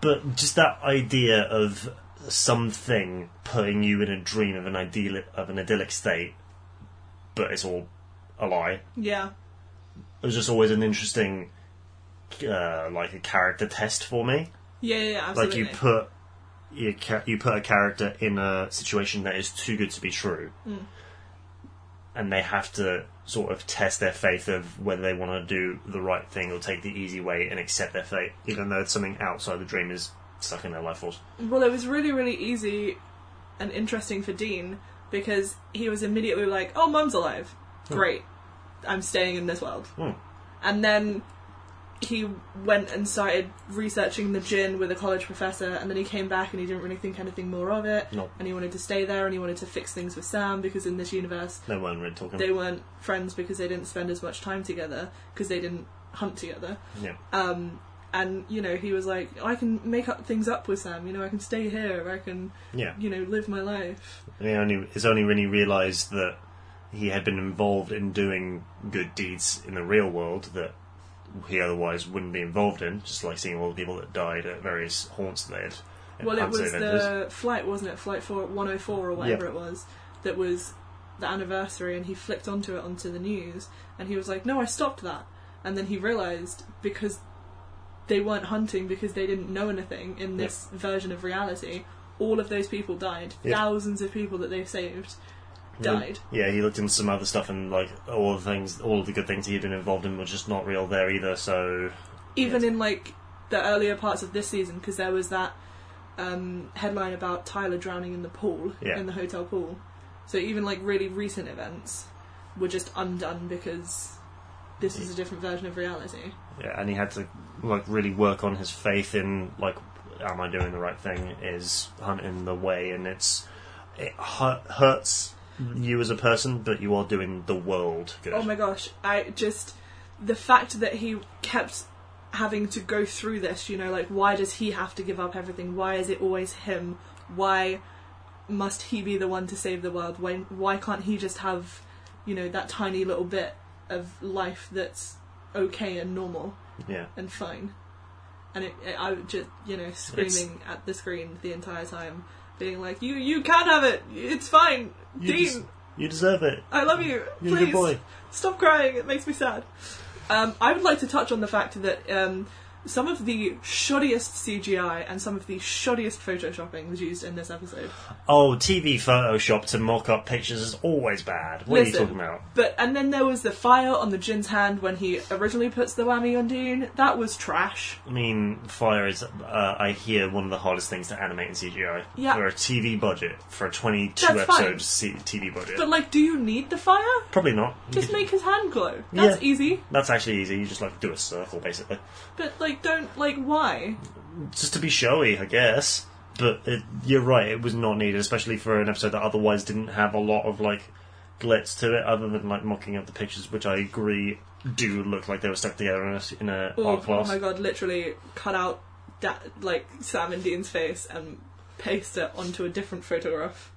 [SPEAKER 1] but just that idea of something putting you in a dream of an ideal of an idyllic state, but it's all a lie.
[SPEAKER 2] Yeah.
[SPEAKER 1] It was just always an interesting, uh, like a character test for me.
[SPEAKER 2] Yeah, yeah, yeah, absolutely.
[SPEAKER 1] Like you put you, ca- you put a character in a situation that is too good to be true, and they have to sort of test their faith of whether they want to do the right thing or take the easy way and accept their fate, even though it's something outside the dream is sucking their life force.
[SPEAKER 2] Well, it was really, really easy and interesting for Dean because he was immediately like, "Oh, Mum's alive. Great, I'm staying in this world."
[SPEAKER 1] Hmm.
[SPEAKER 2] And then he went and started researching the gin with a college professor, and then he came back and he didn't really think anything more of it.
[SPEAKER 1] No.
[SPEAKER 2] And he wanted to stay there, and he wanted to fix things with Sam because in this universe
[SPEAKER 1] No one really talking.
[SPEAKER 2] they weren't friends because they didn't spend as much time together because they didn't hunt together
[SPEAKER 1] yeah.
[SPEAKER 2] um, and you know he was like i can make up things up with sam you know i can stay here i can
[SPEAKER 1] Yeah.
[SPEAKER 2] you know live my life
[SPEAKER 1] And he only it's only when he realised that he had been involved in doing good deeds in the real world that he otherwise wouldn't be involved in, just like seeing all the people that died at various haunts that they had.
[SPEAKER 2] well it
[SPEAKER 1] haunts
[SPEAKER 2] was
[SPEAKER 1] they had
[SPEAKER 2] the flight wasn't it flight 4 104 or whatever
[SPEAKER 1] Yeah.
[SPEAKER 2] it was that was the anniversary and he flicked onto it onto the news and he was like no i stopped that and then he realized because they weren't hunting because they didn't know anything in
[SPEAKER 1] Yeah.
[SPEAKER 2] this version of reality all of those people died
[SPEAKER 1] Yeah.
[SPEAKER 2] thousands of people that they saved died
[SPEAKER 1] Yeah, he looked into some other stuff and like all the things, all of the good things he had been involved in were just not real there either. So
[SPEAKER 2] even
[SPEAKER 1] Yes.
[SPEAKER 2] in like the earlier parts of this season because there was that um, headline about Tyler drowning in the pool
[SPEAKER 1] Yeah.
[SPEAKER 2] in the hotel pool. So even like really recent events were just undone because this was a different version of reality.
[SPEAKER 1] yeah, and he had to like really work on his faith in like am I doing the right thing is hunting the way and it's it hurt, hurts you as a person but you are doing the world good
[SPEAKER 2] Mm-hmm. Oh my gosh, I just the fact that he kept having to go through this, you know, like why does he have to give up everything? Why is it always him? Why must he be the one to save the world? When why can't he just have, you know, that tiny little bit of life that's okay and normal
[SPEAKER 1] yeah
[SPEAKER 2] and fine? And it, it, I would just, you know, screaming at the screen the entire time, being like, "You, you can have it. It's fine,
[SPEAKER 1] you,
[SPEAKER 2] Dean.
[SPEAKER 1] des- you deserve it
[SPEAKER 2] I love you.
[SPEAKER 1] you're a
[SPEAKER 2] Please
[SPEAKER 1] good boy
[SPEAKER 2] Stop crying, it makes me sad. Um, I would like to touch on the fact that um, some of the shoddiest CGI and some of the shoddiest photoshopping was used in this episode.
[SPEAKER 1] oh TV Photoshop to mock up pictures is always bad what are
[SPEAKER 2] Listen.
[SPEAKER 1] you talking about
[SPEAKER 2] But and then there was the fire on the Jin's hand when he originally puts the whammy on Dean. That was trash.
[SPEAKER 1] I mean fire is uh, I hear one of the hardest things to animate in CGI
[SPEAKER 2] Yeah.
[SPEAKER 1] for a TV budget for a 22
[SPEAKER 2] That's fine.
[SPEAKER 1] episode C- TV budget
[SPEAKER 2] But like, do you need the fire?
[SPEAKER 1] probably not You
[SPEAKER 2] Just
[SPEAKER 1] could-
[SPEAKER 2] make his hand glow. That's
[SPEAKER 1] Yeah.
[SPEAKER 2] easy.
[SPEAKER 1] That's actually easy. You just like do a circle, basically,
[SPEAKER 2] But like, don't like why?
[SPEAKER 1] just to be showy, I guess. But it, you're right; it was not needed, especially for an episode that otherwise didn't have a lot of like glitz to it, other than like mocking up the pictures, which I agree do look like they were stuck together in a, s- in a
[SPEAKER 2] Or,
[SPEAKER 1] art
[SPEAKER 2] oh
[SPEAKER 1] class.
[SPEAKER 2] my god, literally cut out that like Sam and Dean's face and paste it onto a different photograph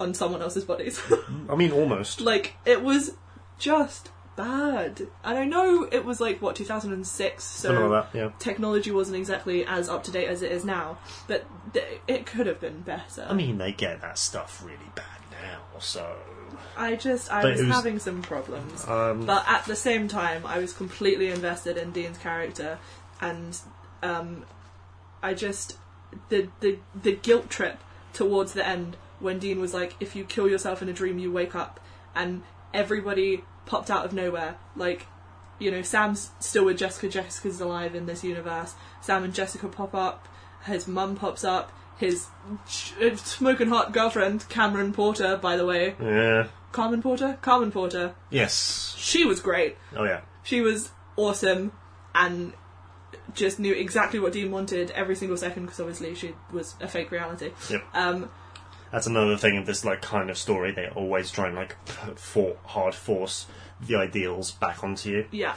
[SPEAKER 2] on someone else's bodies.
[SPEAKER 1] I mean, almost.
[SPEAKER 2] like it was just bad. And I know it was like what 2006,
[SPEAKER 1] Something
[SPEAKER 2] so
[SPEAKER 1] like that. Yeah.
[SPEAKER 2] technology wasn't exactly as up to date as it is now, but th- it could have been better.
[SPEAKER 1] I mean, they get that stuff really bad now, so
[SPEAKER 2] I just I
[SPEAKER 1] But
[SPEAKER 2] was,
[SPEAKER 1] it was-
[SPEAKER 2] having some problems.
[SPEAKER 1] um,
[SPEAKER 2] But at the same time, I was completely invested in Dean's character, and um, I just the the the guilt trip towards the end when Dean was like, "If you kill yourself in a dream, you wake up," and everybody popped out of nowhere. Like, you know, Sam's still with Jessica. Jessica's alive in this universe. Sam and Jessica pop up. His mum pops up. His ch- uh, smoking hot girlfriend, Cameron Porter, by the way,
[SPEAKER 1] yeah.
[SPEAKER 2] Carmen Porter, Carmen Porter.
[SPEAKER 1] Yes.
[SPEAKER 2] She was great.
[SPEAKER 1] Oh yeah.
[SPEAKER 2] She was awesome and just knew exactly what Dean wanted every single second because obviously she was a fake reality.
[SPEAKER 1] Yep.
[SPEAKER 2] Um,
[SPEAKER 1] That's another thing of this like kind of story. They always try and like put for hard force the ideals back onto you.
[SPEAKER 2] yeah.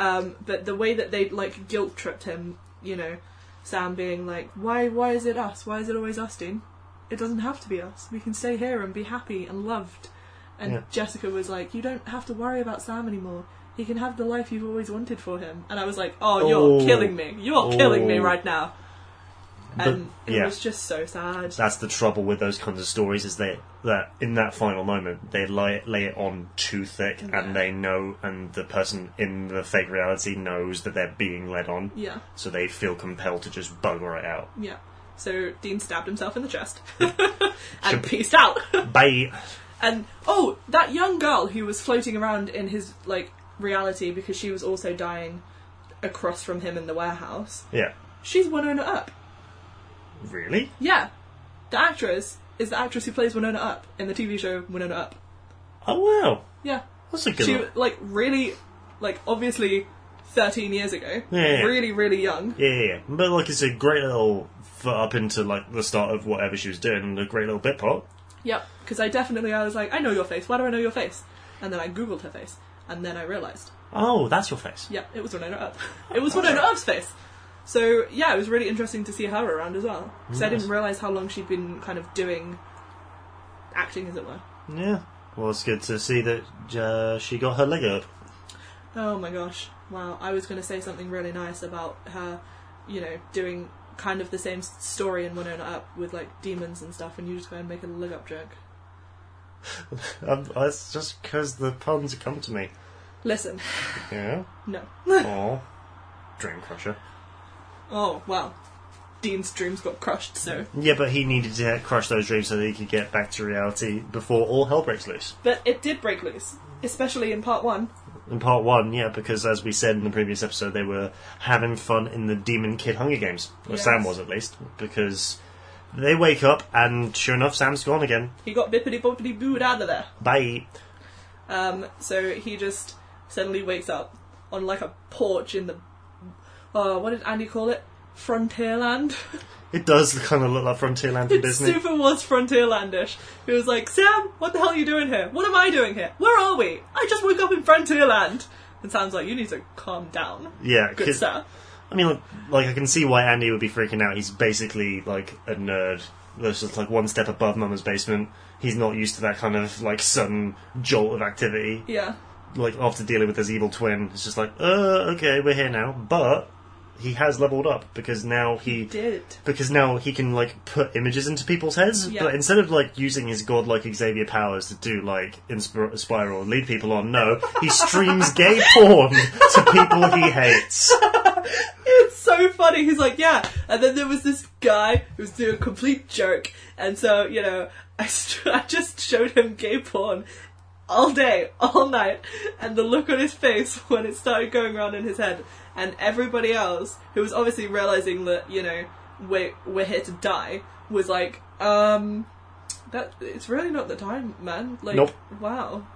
[SPEAKER 2] Um, but the way that they like guilt tripped him, you know, Sam being like, "Why? Why is it us? Why is it always us, Dean? It doesn't have to be us. We can stay here and be happy and loved." And
[SPEAKER 1] Yeah.
[SPEAKER 2] Jessica was like, "You don't have to worry about Sam anymore. He can have the life you've always wanted for him." And I was like, "Oh, you're
[SPEAKER 1] Oh.
[SPEAKER 2] killing me. You're killing me
[SPEAKER 1] Oh.
[SPEAKER 2] right now."
[SPEAKER 1] But-
[SPEAKER 2] And it
[SPEAKER 1] yeah.
[SPEAKER 2] was just so sad.
[SPEAKER 1] That's the trouble with those kinds of stories is that that in that final moment they lay lay it on too thick,
[SPEAKER 2] Yeah.
[SPEAKER 1] and they know, and the person in the fake reality knows that they're being led on,
[SPEAKER 2] Yeah,
[SPEAKER 1] so they feel compelled to just bugger it out.
[SPEAKER 2] yeah. So Dean stabbed himself in the chest and
[SPEAKER 1] Should-
[SPEAKER 2] peaced out.
[SPEAKER 1] Bye.
[SPEAKER 2] And oh, that young girl who was floating around in his like reality because she was also dying across from him in the warehouse.
[SPEAKER 1] Yeah.
[SPEAKER 2] She's Winona Up.
[SPEAKER 1] Really?
[SPEAKER 2] Yeah, the actress is the actress who plays Winona Up in the TV show Winona Up.
[SPEAKER 1] Oh wow,
[SPEAKER 2] Yeah,
[SPEAKER 1] that's a good
[SPEAKER 2] she
[SPEAKER 1] one.
[SPEAKER 2] like really, like obviously, thirteen years ago.
[SPEAKER 1] Yeah, yeah, yeah.
[SPEAKER 2] really, really young.
[SPEAKER 1] Yeah, yeah, yeah. But like it's a great little foot up into like the start of whatever she was doing, and a great little bit part.
[SPEAKER 2] Yep, because I definitely I was like, I know your face. Why do I know your face? And then I googled her face, and then I realised.
[SPEAKER 1] Oh, that's your face.
[SPEAKER 2] Yeah, it was Winona Earp. It was Winona Earp's face. So yeah, it was really interesting to see her around as well. Because I
[SPEAKER 1] Nice.
[SPEAKER 2] didn't realise how long she'd been kind of doing acting, as it were.
[SPEAKER 1] Yeah. Well, it's good to see that uh, she got her leg up.
[SPEAKER 2] Oh my gosh! Wow, I was going to say something really nice about her, you know, doing kind of the same s- story in Winona Earp with like demons and stuff, and you just go and make a leg up joke.
[SPEAKER 1] Um, that's just because the puns come to me.
[SPEAKER 2] Listen,
[SPEAKER 1] Yeah.
[SPEAKER 2] no.
[SPEAKER 1] Oh, dream crusher.
[SPEAKER 2] Oh well, Dean's dreams got crushed, so.
[SPEAKER 1] Yeah, but he needed to crush those dreams so that he could get back to reality before all hell breaks loose.
[SPEAKER 2] But it did break loose, especially in part one.
[SPEAKER 1] In part one, yeah, because as we said in the previous episode, they were having fun in the Demon Kid Hunger Games. Well,
[SPEAKER 2] Yes.
[SPEAKER 1] Sam was at least, because they wake up and sure enough, Sam's gone again.
[SPEAKER 2] He got bippity boppity booed out of there.
[SPEAKER 1] Bye.
[SPEAKER 2] Um, so he just suddenly wakes up on like a porch in the. Uh, what did Andy call it? Frontierland.
[SPEAKER 1] It does kind of look like Frontierland for
[SPEAKER 2] it
[SPEAKER 1] Disney.
[SPEAKER 2] super was Frontierlandish. He was like, Sam, what the hell are you doing here? What am I doing here? Where are we? I just woke up in Frontierland. And Sam's like, you need to calm down.
[SPEAKER 1] yeah,
[SPEAKER 2] Good
[SPEAKER 1] 'cause-
[SPEAKER 2] sir.
[SPEAKER 1] I mean, like, like, I can see why Andy would be freaking out. He's basically like a nerd. That's just like one step above Mama's basement. He's not used to that kind of like sudden jolt of activity.
[SPEAKER 2] Yeah.
[SPEAKER 1] Like after dealing with his evil twin, it's just like, uh, okay, we're here now. But he has leveled up because now he
[SPEAKER 2] Did.
[SPEAKER 1] because now he can like put images into people's heads.
[SPEAKER 2] Yeah.
[SPEAKER 1] But instead of like using his godlike Xavier powers to do like inspir- inspire or lead people on, no, he streams gay porn to people he hates.
[SPEAKER 2] It's so funny. He's like, yeah. And then there was this guy who was doing a complete jerk. And so, you know, I, st- I just showed him gay porn all day, all night. And the look on his face when it started going around in his head. And everybody else who was obviously realizing that, you know, we're, we're here to die was like, um, that it's really not the time, man. Like,
[SPEAKER 1] Nope.
[SPEAKER 2] wow.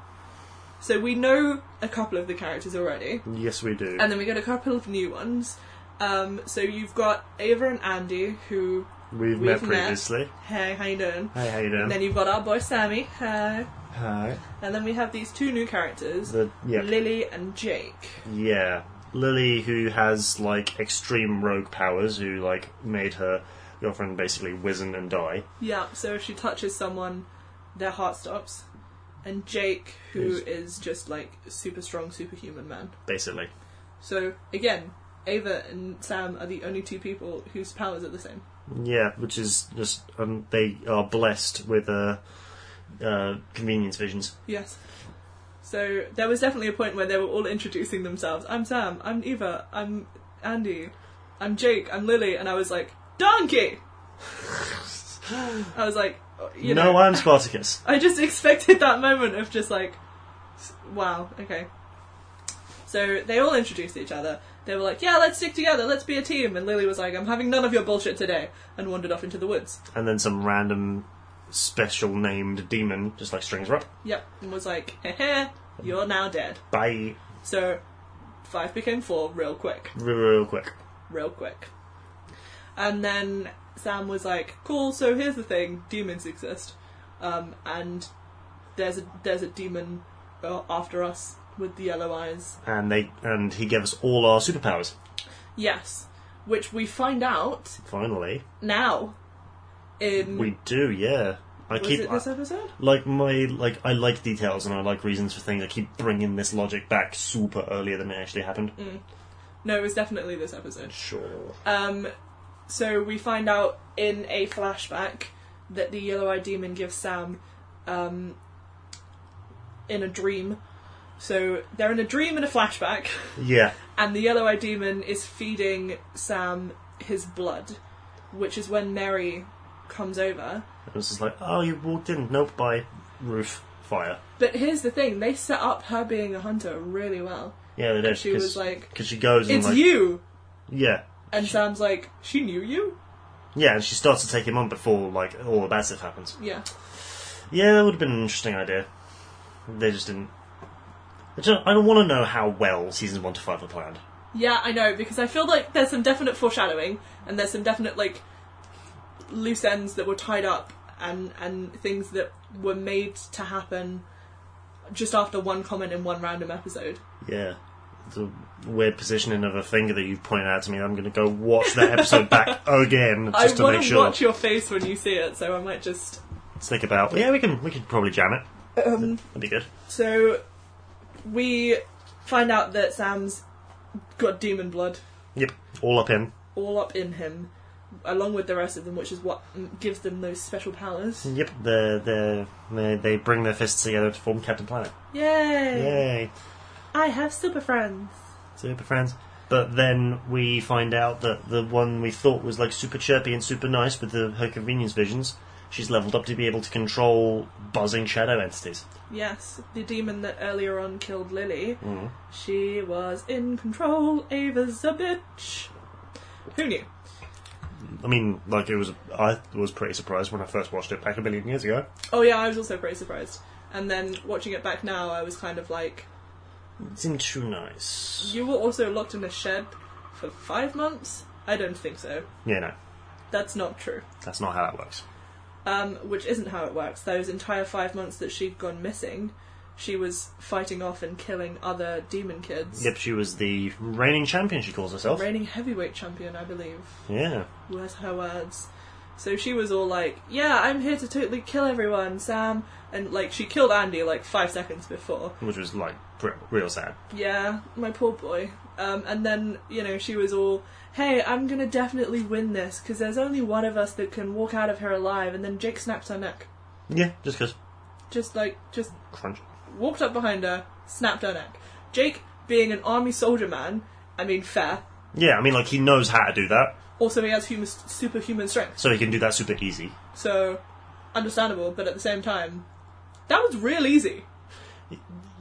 [SPEAKER 2] So we know a couple of the characters already.
[SPEAKER 1] Yes, we do.
[SPEAKER 2] And then we get a couple of new ones. Um, so you've got Ava and Andy, who
[SPEAKER 1] We've,
[SPEAKER 2] We've
[SPEAKER 1] met
[SPEAKER 2] met.
[SPEAKER 1] previously.
[SPEAKER 2] hey, how you doing?
[SPEAKER 1] Hey, how you
[SPEAKER 2] And
[SPEAKER 1] doing?
[SPEAKER 2] then you've got our boy Sammy, hey.
[SPEAKER 1] Hi.
[SPEAKER 2] And then we have these two new characters,
[SPEAKER 1] The, yeah,
[SPEAKER 2] Lily and Jake.
[SPEAKER 1] yeah. Lily, who has like extreme rogue powers, who like made her girlfriend basically wizen and die.
[SPEAKER 2] Yeah. So if she touches someone, their heart stops. And Jake, who is
[SPEAKER 1] Who's-
[SPEAKER 2] just like super strong, superhuman man.
[SPEAKER 1] Basically,
[SPEAKER 2] So again, Ava and Sam are the only two people whose powers are the same.
[SPEAKER 1] yeah. Which is just um, they are blessed with uh, uh, convenience visions.
[SPEAKER 2] Yes. So there was definitely a point where they were all introducing themselves. I'm Sam. I'm Eva. I'm Andy. I'm Jake. I'm Lily. And I was like, Donkey. I was like, you know,
[SPEAKER 1] no, I'm Spartacus.
[SPEAKER 2] I just expected that moment of just like, s- wow, okay. So they all introduced each other. They were like, yeah, let's stick together. Let's be a team. And Lily was like, I'm having none of your bullshit today, and wandered off into the woods.
[SPEAKER 1] And then some random special named demon just like strings her up.
[SPEAKER 2] Yep, and was like, heh heh, you're now dead.
[SPEAKER 1] Bye,
[SPEAKER 2] So five became four real quick.
[SPEAKER 1] real, real quick.
[SPEAKER 2] real quick. And then Sam was like, "Cool, so here's the thing: demons exist, um, and there's a there's a demon uh, after us with the yellow eyes.
[SPEAKER 1] And they and he gave us all our superpowers.
[SPEAKER 2] Yes, which we find out
[SPEAKER 1] Finally,
[SPEAKER 2] now. In
[SPEAKER 1] we do. Yeah, I
[SPEAKER 2] Mm. was
[SPEAKER 1] keep
[SPEAKER 2] it this episode?
[SPEAKER 1] like my like I like details and I like reasons for things. I keep bringing this logic back super earlier than it actually happened.
[SPEAKER 2] Mm. No, it was definitely this episode.
[SPEAKER 1] Sure.
[SPEAKER 2] Um, so we find out in a flashback that the yellow-eyed demon gives Sam, um, in a dream. So they're in a dream and a flashback,
[SPEAKER 1] Yeah.
[SPEAKER 2] and the yellow-eyed demon is feeding Sam his blood, which is when Mary comes over.
[SPEAKER 1] It was just like, oh, you walked in. Nope, by roof fire.
[SPEAKER 2] But here's the thing: they set up her being a hunter really well.
[SPEAKER 1] Yeah, they did.
[SPEAKER 2] She was like,
[SPEAKER 1] because she goes and
[SPEAKER 2] "It's
[SPEAKER 1] Mm, like,
[SPEAKER 2] you,"
[SPEAKER 1] yeah,
[SPEAKER 2] and Sam's like, "She knew you."
[SPEAKER 1] yeah, and she starts to take him on before like all the bad stuff happens.
[SPEAKER 2] Yeah.
[SPEAKER 1] Yeah, that would have been an interesting idea. They just didn't. I don't, I don't want to know how well seasons one to five were planned.
[SPEAKER 2] Yeah, I know because I feel like there's some definite foreshadowing and there's some definite like loose ends that were tied up and and things that were made to happen just after one comment in one random episode.
[SPEAKER 1] Yeah. It's a weird positioning of a finger that you've pointed out to me. I'm going to go watch that episode back again just
[SPEAKER 2] I
[SPEAKER 1] to
[SPEAKER 2] want
[SPEAKER 1] make
[SPEAKER 2] to
[SPEAKER 1] sure.
[SPEAKER 2] watch your face when you see it, so I might just
[SPEAKER 1] Let's think about. Yeah, we can we could probably jam it.
[SPEAKER 2] um
[SPEAKER 1] That'd be good.
[SPEAKER 2] so we find out that Sam's got demon blood
[SPEAKER 1] Yep, all up in.
[SPEAKER 2] all up in him along with the rest of them which is what mm, gives them those special powers.
[SPEAKER 1] Yep, the the they, they bring their fists together to form Captain Planet.
[SPEAKER 2] Yay!
[SPEAKER 1] Yay,
[SPEAKER 2] I have super friends.
[SPEAKER 1] super friends. But then we find out that the one we thought was like super chirpy and super nice with the, her convenience visions, she's leveled up to be able to control buzzing shadow entities.
[SPEAKER 2] Yes, the demon that earlier on killed Lily. She was in control. Ava's a bitch. Who knew?
[SPEAKER 1] I mean, like it was. I was pretty surprised when I first watched it back a million years ago.
[SPEAKER 2] Oh yeah, I was also pretty surprised. And then watching it back now, I was kind of like,
[SPEAKER 1] It seemed too nice.
[SPEAKER 2] you were also locked in a shed for five months. I don't think so.
[SPEAKER 1] Yeah, no,
[SPEAKER 2] That's not true.
[SPEAKER 1] that's not how that works.
[SPEAKER 2] Um, which isn't how it works. Those entire five months that she'd gone missing, she was fighting off and killing other demon kids.
[SPEAKER 1] Yep, she was the reigning champion. She calls herself.
[SPEAKER 2] Reigning heavyweight champion, I believe.
[SPEAKER 1] Yeah,
[SPEAKER 2] was her words. So she was all like, "Yeah, I'm here to totally kill everyone, Sam," and like she killed Andy like five seconds before.
[SPEAKER 1] which was like re- real sad.
[SPEAKER 2] Yeah, my poor boy. Um, and then you know she was all, "Hey, I'm gonna definitely win this because there's only one of us that can walk out of here alive." And then Jake snaps her neck,
[SPEAKER 1] Yeah, just because
[SPEAKER 2] just like just
[SPEAKER 1] crunch.
[SPEAKER 2] walked up behind her, snapped her neck. Jake, being an army soldier man, I mean fair.
[SPEAKER 1] Yeah, I mean, like he knows how to do that,
[SPEAKER 2] Also, he has human, superhuman strength.
[SPEAKER 1] so he can do that super easy.
[SPEAKER 2] So, understandable, but at the same time, that was real easy.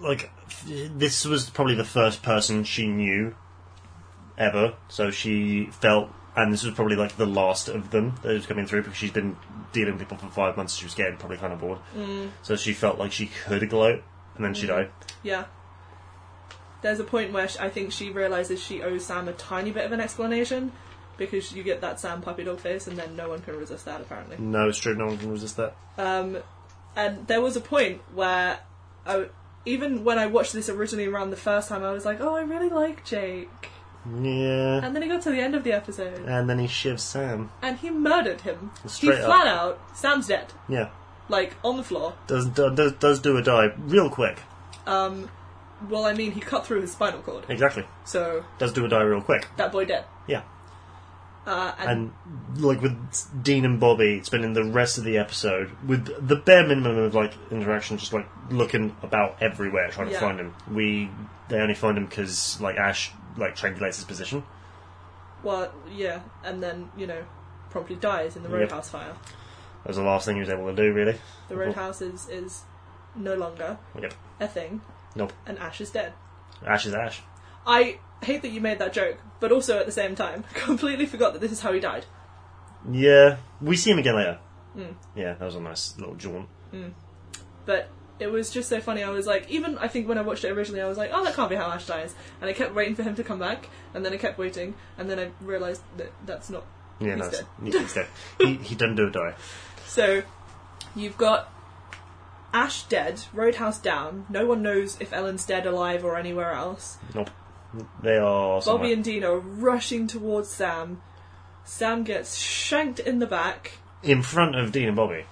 [SPEAKER 1] like this was probably the first person she knew ever, so she felt, and this was probably like the last of them that was coming through because she's been dealing with people for five months. She was getting probably kind of bored, mm. so she felt like she could gloat, and then she died.
[SPEAKER 2] Yeah. There's a point where sh I think she realizes she owes Sam a tiny bit of an explanation because you get that Sam puppy dog face, and then no one can resist that apparently.
[SPEAKER 1] No, it's true. No one can resist that.
[SPEAKER 2] Um, and there was a point where I w even when I watched this originally around the first time, I was like, "Oh, I really like Jake."
[SPEAKER 1] Yeah.
[SPEAKER 2] And then he got to the end of the episode,
[SPEAKER 1] And then he shivs Sam.
[SPEAKER 2] and he murdered him.
[SPEAKER 1] Straight
[SPEAKER 2] he
[SPEAKER 1] up.
[SPEAKER 2] flat out, Sam's dead,
[SPEAKER 1] Yeah.
[SPEAKER 2] like on the floor.
[SPEAKER 1] Does does does do a die real quick.
[SPEAKER 2] Um, well, I mean, he cut through his spinal cord,
[SPEAKER 1] Exactly.
[SPEAKER 2] so
[SPEAKER 1] Does do a die real quick.
[SPEAKER 2] that boy dead.
[SPEAKER 1] Yeah.
[SPEAKER 2] Uh, and,
[SPEAKER 1] and like with Dean and Bobby spending the rest of the episode with the bare minimum of like interaction, just like looking about everywhere trying
[SPEAKER 2] Yeah.
[SPEAKER 1] to find him. We they only find him because like Ash like triangulates his position.
[SPEAKER 2] well, yeah, and then you know, promptly dies in the
[SPEAKER 1] Yep.
[SPEAKER 2] roadhouse fire.
[SPEAKER 1] That was the last thing he was able to do, really.
[SPEAKER 2] The roadhouse is is no longer
[SPEAKER 1] Yep.
[SPEAKER 2] a thing,
[SPEAKER 1] Nope.
[SPEAKER 2] and Ash is dead.
[SPEAKER 1] Ash is Ash.
[SPEAKER 2] I hate that you made that joke, but also at the same time, completely forgot that this is how he died.
[SPEAKER 1] Yeah, we see him again later.
[SPEAKER 2] Hmm.
[SPEAKER 1] Yeah, that was a nice little jaunt.
[SPEAKER 2] But it was just so funny. I was like, even I think when I watched it originally, I was like, oh, that can't be how Ash dies, and I kept waiting for him to come back, and then I kept waiting, and then I realized that that's not
[SPEAKER 1] Yeah,
[SPEAKER 2] He's
[SPEAKER 1] nice.
[SPEAKER 2] dead.
[SPEAKER 1] Yeah, he's dead. he, he doesn't do a die.
[SPEAKER 2] So you've got Ash dead, Roadhouse down. No one knows if Ellen's dead, alive, or anywhere else.
[SPEAKER 1] Nope. They are. somewhere.
[SPEAKER 2] Bobby and Dean are rushing towards Sam. Sam gets shanked in the back,
[SPEAKER 1] in front of Dean and Bobby.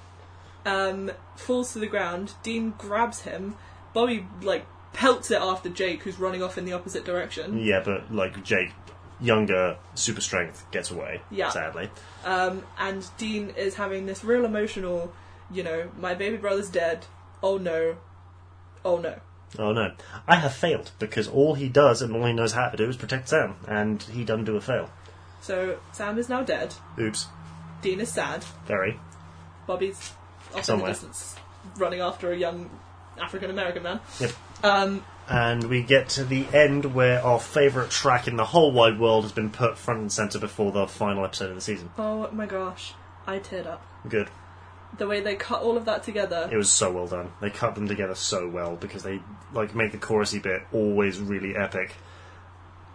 [SPEAKER 2] um, falls to the ground. Dean grabs him. Bobby like pelts it after Jake, who's running off in the opposite direction.
[SPEAKER 1] Yeah, but like Jake, younger, super strength gets away.
[SPEAKER 2] Yeah.
[SPEAKER 1] Sadly.
[SPEAKER 2] Um, and Dean is having this real emotional, you know, my baby brother's dead. Oh no, oh no.
[SPEAKER 1] Oh no, I have failed because all he does and all he knows how to do is protect Sam, and he doesn't do a fail.
[SPEAKER 2] So Sam is now dead.
[SPEAKER 1] Oops.
[SPEAKER 2] Dean is sad.
[SPEAKER 1] Very.
[SPEAKER 2] Bobby's off
[SPEAKER 1] Somewhere.
[SPEAKER 2] in the distance, running after a young African American man.
[SPEAKER 1] Yep.
[SPEAKER 2] Um,
[SPEAKER 1] And we get to the end where our favourite track in the whole wide world has been put front and centre before the final episode of the season.
[SPEAKER 2] oh my gosh, I teared up.
[SPEAKER 1] Good.
[SPEAKER 2] The way they cut all of that together.
[SPEAKER 1] It was so well done. They cut them together so well because they like make the chorusy bit always really epic.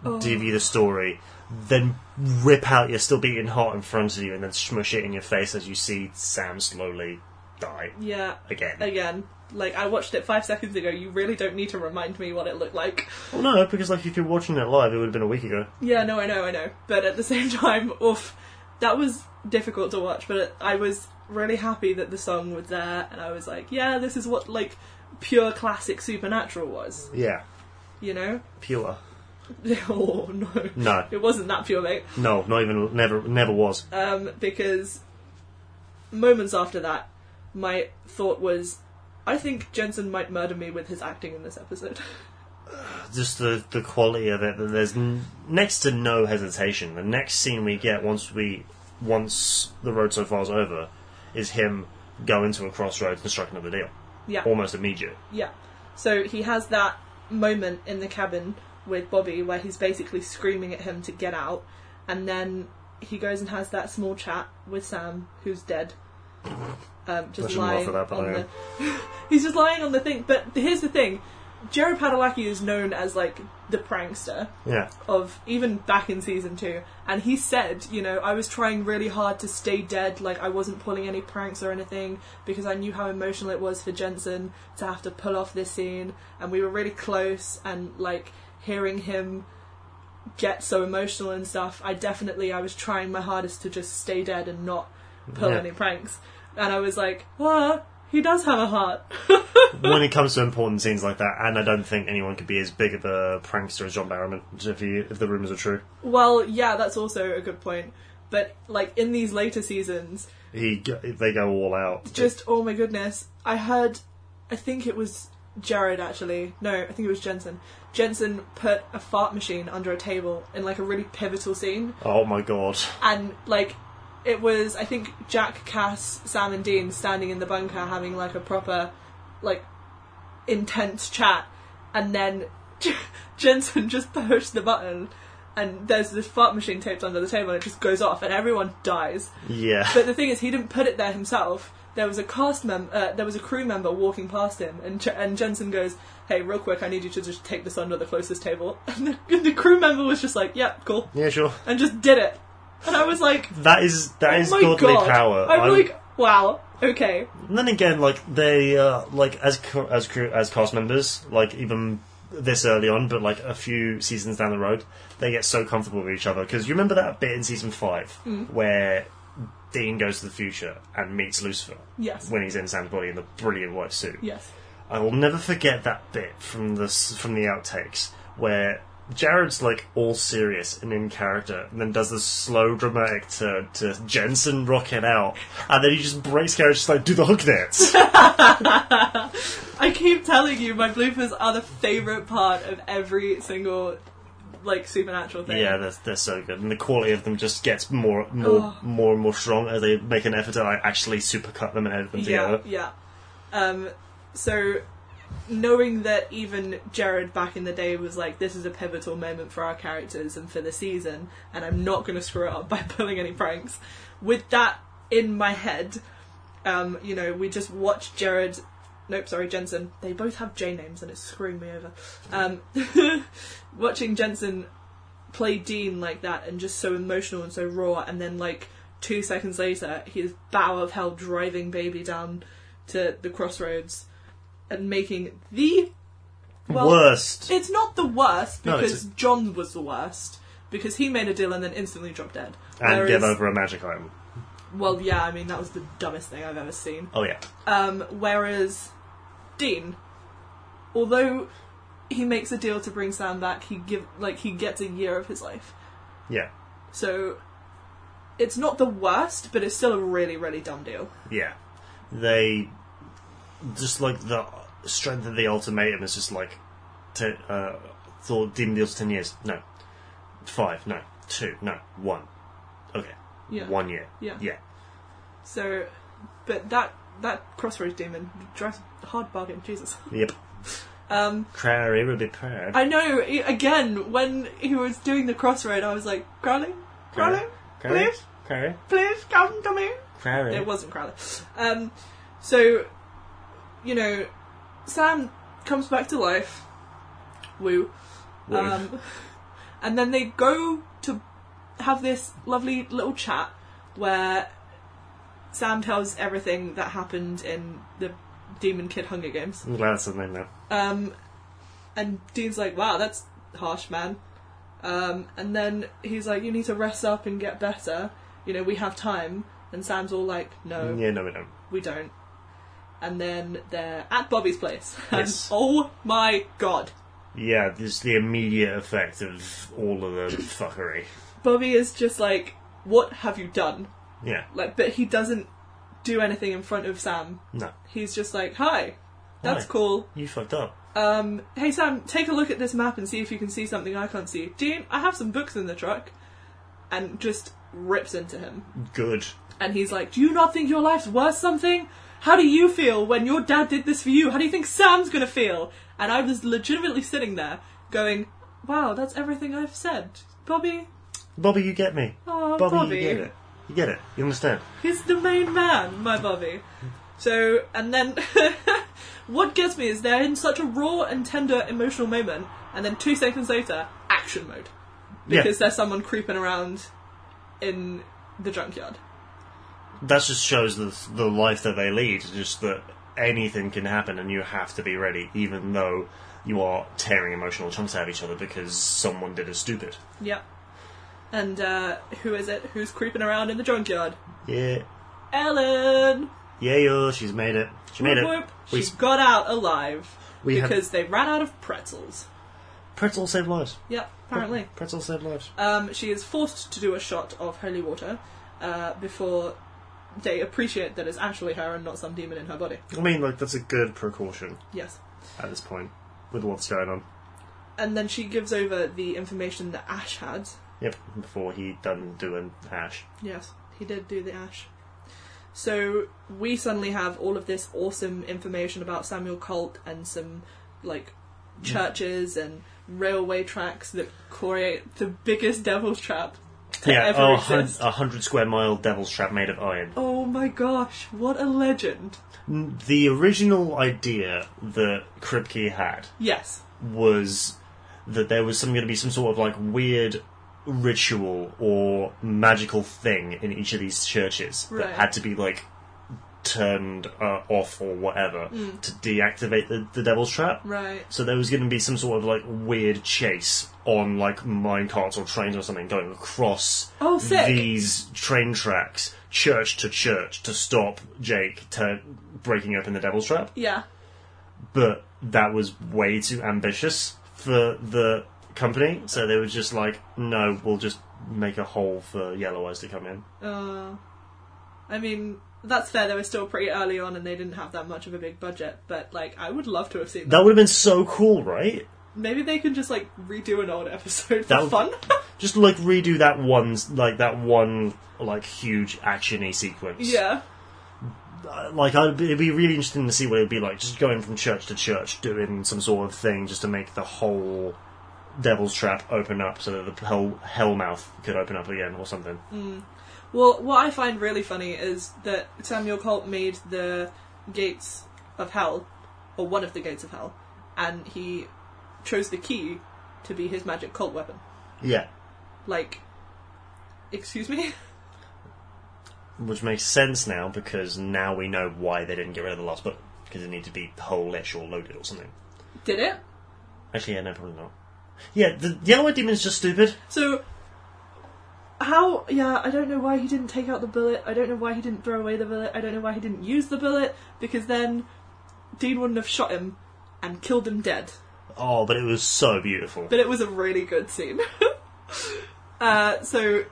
[SPEAKER 2] Oh.
[SPEAKER 1] Give you the story, then rip out you're still beating hot in front of you, and then smush it in your face as you see Sam slowly die
[SPEAKER 2] Oh, Yeah,
[SPEAKER 1] again.
[SPEAKER 2] again. Like I watched it five seconds ago. You really don't need to remind me what it looked like.
[SPEAKER 1] Well, no, because like if you're watching it live, it would have been a week ago.
[SPEAKER 2] Yeah, no, I know, I know. But at the same time, oof, that was difficult to watch. But I was really happy that the song was there, and I was like, yeah, this is what like pure classic Supernatural was.
[SPEAKER 1] Yeah,
[SPEAKER 2] You know?
[SPEAKER 1] pure.
[SPEAKER 2] oh no,
[SPEAKER 1] No,
[SPEAKER 2] it wasn't that pure, mate.
[SPEAKER 1] no, not even never, never was.
[SPEAKER 2] um, because moments after that, my thought was, I think Jensen might murder me with his acting in this episode.
[SPEAKER 1] Just the the quality of it. that There's n- next to no hesitation. The next scene we get once we once the road so far is over is him going to a crossroads and striking up a deal.
[SPEAKER 2] yeah,
[SPEAKER 1] Almost immediate.
[SPEAKER 2] yeah. So he has that moment in the cabin with Bobby where he's basically screaming at him to get out, and then he goes and has that small chat with Sam, who's dead. Um,
[SPEAKER 1] I
[SPEAKER 2] just
[SPEAKER 1] shouldn't laugh
[SPEAKER 2] lying
[SPEAKER 1] at that, but
[SPEAKER 2] on
[SPEAKER 1] I
[SPEAKER 2] the.
[SPEAKER 1] am.
[SPEAKER 2] he's just lying on the thing. But here's the thing: Jared Padalecki is known as like the prankster.
[SPEAKER 1] Yeah,
[SPEAKER 2] of even back in season two, and he said, you know, I was trying really hard to stay dead, like I wasn't pulling any pranks or anything because I knew how emotional it was for Jensen to have to pull off this scene, and we were really close, and like hearing him get so emotional and stuff, I definitely I was trying my hardest to just stay dead and not pull
[SPEAKER 1] Yeah.
[SPEAKER 2] any pranks, and I was like, what? He does have a heart.
[SPEAKER 1] when it comes to important scenes like that, and I don't think anyone could be as big of a prankster as John Barrowman if he, if the rumors are true.
[SPEAKER 2] well, yeah, that's also a good point. But like in these later seasons,
[SPEAKER 1] He go- they go all out.
[SPEAKER 2] just oh my goodness i heard i think it was jared actually no i think it was jensen jensen put a fart machine under a table in like a really pivotal scene
[SPEAKER 1] oh my god.
[SPEAKER 2] and like it was i think jack cass sam and dean standing in the bunker having like a proper like intense chat and then jensen just pushed the button and there's this fart machine taped under the table and it just goes off and everyone dies
[SPEAKER 1] Yeah.
[SPEAKER 2] but the thing is, he didn't put it there himself. There was a cast mem- uh, there was a crew member walking past him, and J- and Jensen goes, "Hey, real quick, I need you to just take this under the closest table." And the, and the crew member was just like, "Yep, cool,"
[SPEAKER 1] yeah, sure.
[SPEAKER 2] and just did it. And I was like,
[SPEAKER 1] That is that
[SPEAKER 2] "Oh
[SPEAKER 1] is
[SPEAKER 2] my
[SPEAKER 1] godly
[SPEAKER 2] god!"
[SPEAKER 1] power.
[SPEAKER 2] I'm
[SPEAKER 1] I-
[SPEAKER 2] like, "Wow, okay,
[SPEAKER 1] And then again, like they uh, like as co- as crew as cast members, like even this early on, but like a few seasons down the road, they get so comfortable with each other because you remember that bit in season five where Dean goes to the future and meets Lucifer
[SPEAKER 2] yes,
[SPEAKER 1] when he's in Sam's body in the brilliant white suit.
[SPEAKER 2] yes,
[SPEAKER 1] I will never forget that bit from the s- from the outtakes where Jared's like all serious and in character, and then does this slow dramatic turn to Jensen rocking out, and then he just breaks character, just like do the hook dance.
[SPEAKER 2] I keep telling you, my bloopers are the favorite part of every single like supernatural thing."
[SPEAKER 1] yeah, they're, they're so good, and the quality of them just gets more more
[SPEAKER 2] Oh.
[SPEAKER 1] more and more strong as they make an effort to like actually supercut them and edit them together.
[SPEAKER 2] Yeah, yeah. Um, so knowing that even Jared back in the day was like, this is a pivotal moment for our characters and for the season, and I'm not going to screw it up by pulling any pranks. With that in my head, um, you know, we just watched Jared. Nope, sorry, Jensen. They both have J names, and it's screwing me over. Um, watching Jensen play Dean like that, and just so emotional and so raw, and then like two seconds later, he's bow of hell driving baby down to the crossroads and making the Well,
[SPEAKER 1] Worst.
[SPEAKER 2] It's not the worst
[SPEAKER 1] No, it's
[SPEAKER 2] because John was the worst because he made a deal and then instantly dropped dead.
[SPEAKER 1] and give
[SPEAKER 2] Whereas-
[SPEAKER 1] over a magic item.
[SPEAKER 2] Well, yeah, I mean that was the dumbest thing I've ever seen.
[SPEAKER 1] Oh yeah,
[SPEAKER 2] Um, whereas Dean, although he makes a deal to bring Sam back, he give like he gets a year of his life.
[SPEAKER 1] yeah,
[SPEAKER 2] So it's not the worst, but it's still a really really dumb deal.
[SPEAKER 1] yeah. They just like the strength of the ultimatum is just like to uh, thought demon deals ten years. No, five. No, two. No, one. Okay,
[SPEAKER 2] Yeah.
[SPEAKER 1] one year.
[SPEAKER 2] Yeah.
[SPEAKER 1] yeah.
[SPEAKER 2] So, but that that crossroads demon drives a hard bargain. Jesus.
[SPEAKER 1] Yep.
[SPEAKER 2] Um,
[SPEAKER 1] Crary will be proud.
[SPEAKER 2] I know. i- Again, when he was doing the crossroad, I was like, Crowley, Crowley,
[SPEAKER 1] Crary.
[SPEAKER 2] please?
[SPEAKER 1] Crary.
[SPEAKER 2] please come to me.
[SPEAKER 1] Crary.
[SPEAKER 2] It wasn't Crowley. Um, so, you know, Sam comes back to life. Woo.
[SPEAKER 1] Woo.
[SPEAKER 2] Um, and then they go to have this lovely little chat where Sam tells everything that happened in the Demon Kid Hunger Games.
[SPEAKER 1] I'm glad that's the name now.
[SPEAKER 2] Um, and Dean's like, wow, that's harsh, man. Um, and then he's like, you need to rest up and get better. You know, we have time. And Sam's all like, no,
[SPEAKER 1] Yeah, no, we don't.
[SPEAKER 2] we don't. And then they're at Bobby's place.
[SPEAKER 1] Yes.
[SPEAKER 2] And oh my god.
[SPEAKER 1] Yeah, just the immediate effect of all of the fuckery.
[SPEAKER 2] Bobby is just like, what have you done?
[SPEAKER 1] Yeah,
[SPEAKER 2] Like, but he doesn't do anything in front of Sam.
[SPEAKER 1] no.
[SPEAKER 2] He's just like, hi, that's
[SPEAKER 1] Hi.
[SPEAKER 2] cool.
[SPEAKER 1] You fucked up.
[SPEAKER 2] Um, hey Sam, take a look at this map and see if you can see something I can't see. Dean, I have some books in the truck. And just rips into him.
[SPEAKER 1] Good.
[SPEAKER 2] And he's like, Do you not think your life's worth something? How do you feel when your dad did this for you? How do you think Sam's gonna feel? And I was legitimately sitting there going, Wow, that's everything I've said. Bobby,
[SPEAKER 1] Bobby, you get me.
[SPEAKER 2] oh,
[SPEAKER 1] Bobby,
[SPEAKER 2] Bobby.
[SPEAKER 1] you get it. You get it. You understand?
[SPEAKER 2] He's the main man, my Bobby. So, and then what gets me is they're in such a raw and tender emotional moment, and then two seconds later, action mode. Because there's someone creeping around in the junkyard.
[SPEAKER 1] yeah. That just shows the, the life that they lead. Just that anything can happen and you have to be ready, even though you are tearing emotional chunks out of each other because someone did a stupid.
[SPEAKER 2] Yep. And uh, who is it who's creeping around in the junkyard?
[SPEAKER 1] Yeah.
[SPEAKER 2] Ellen!
[SPEAKER 1] Yeah, yo, she's made it. She made
[SPEAKER 2] Whoop,
[SPEAKER 1] it.
[SPEAKER 2] whoop.
[SPEAKER 1] We,
[SPEAKER 2] She got out alive
[SPEAKER 1] we had
[SPEAKER 2] because they ran out of pretzels.
[SPEAKER 1] pretzel saved lives.
[SPEAKER 2] Yep, apparently.
[SPEAKER 1] Oh, Pretzel saved lives.
[SPEAKER 2] Um, she is forced to do a shot of holy water uh, before they appreciate that it's actually her and not some demon in her body.
[SPEAKER 1] I mean, like that's a good precaution
[SPEAKER 2] Yes.
[SPEAKER 1] at this point with what's going on.
[SPEAKER 2] And then she gives over the information that Ash had.
[SPEAKER 1] Yep, before he done doing hash.
[SPEAKER 2] Yes, he did do the Ash. So we suddenly have all of this awesome information about Samuel Colt and some like churches and railway tracks that create the biggest devil's trap to
[SPEAKER 1] Yeah,
[SPEAKER 2] ever
[SPEAKER 1] oh, a hun-
[SPEAKER 2] exist.
[SPEAKER 1] a hundred square mile devil's trap made of iron.
[SPEAKER 2] Oh my gosh, what a legend.
[SPEAKER 1] The original idea that Kripke had
[SPEAKER 2] Yes.
[SPEAKER 1] was that there was some going to be some sort of like weird ritual or magical thing in each of these churches
[SPEAKER 2] Right.
[SPEAKER 1] that had to be like turned uh, off or whatever
[SPEAKER 2] Mm.
[SPEAKER 1] to deactivate the, the devil's trap.
[SPEAKER 2] Right.
[SPEAKER 1] So there was going to be some sort of like weird chase on like mine carts or trains or something going across
[SPEAKER 2] Oh, sick.
[SPEAKER 1] these train tracks, church to church, to stop Jake to breaking open the Devil's Trap.
[SPEAKER 2] Yeah.
[SPEAKER 1] But that was way too ambitious for the company, so they were just like, no, we'll just make a hole for Yellow Eyes to come in.
[SPEAKER 2] Uh, I mean, that's fair. They were still pretty early on, and they didn't have that much of a big budget. But like, I would love to have seen that.
[SPEAKER 1] That would have been so cool, right?
[SPEAKER 2] Maybe they can just like redo an old episode for
[SPEAKER 1] That would-
[SPEAKER 2] fun.
[SPEAKER 1] Just like redo that one, like that one, like huge actiony sequence.
[SPEAKER 2] yeah.
[SPEAKER 1] like I'd be, it'd be really interesting to see what it'd be like just going from church to church doing some sort of thing just to make the whole devil's trap open up so that the hell hellmouth could open up again or something
[SPEAKER 2] Well, what I find really funny is that Samuel Colt made the gates of hell, or one of the gates of hell, and he chose the key to be his magic cult weapon.
[SPEAKER 1] yeah
[SPEAKER 2] Like, excuse me?
[SPEAKER 1] which makes sense now because now we know why they didn't get rid of the last book because it needed to be whole-ish or loaded or something
[SPEAKER 2] Did it?
[SPEAKER 1] Actually, yeah, no, probably not. Yeah, the Yellow Eyed Demon's just stupid.
[SPEAKER 2] So, how? Yeah, I don't know why he didn't take out the bullet. I don't know why he didn't throw away the bullet. I don't know why he didn't use the bullet because then Dean wouldn't have shot him and killed him dead.
[SPEAKER 1] Oh, but it was so beautiful.
[SPEAKER 2] But it was a really good scene. uh, so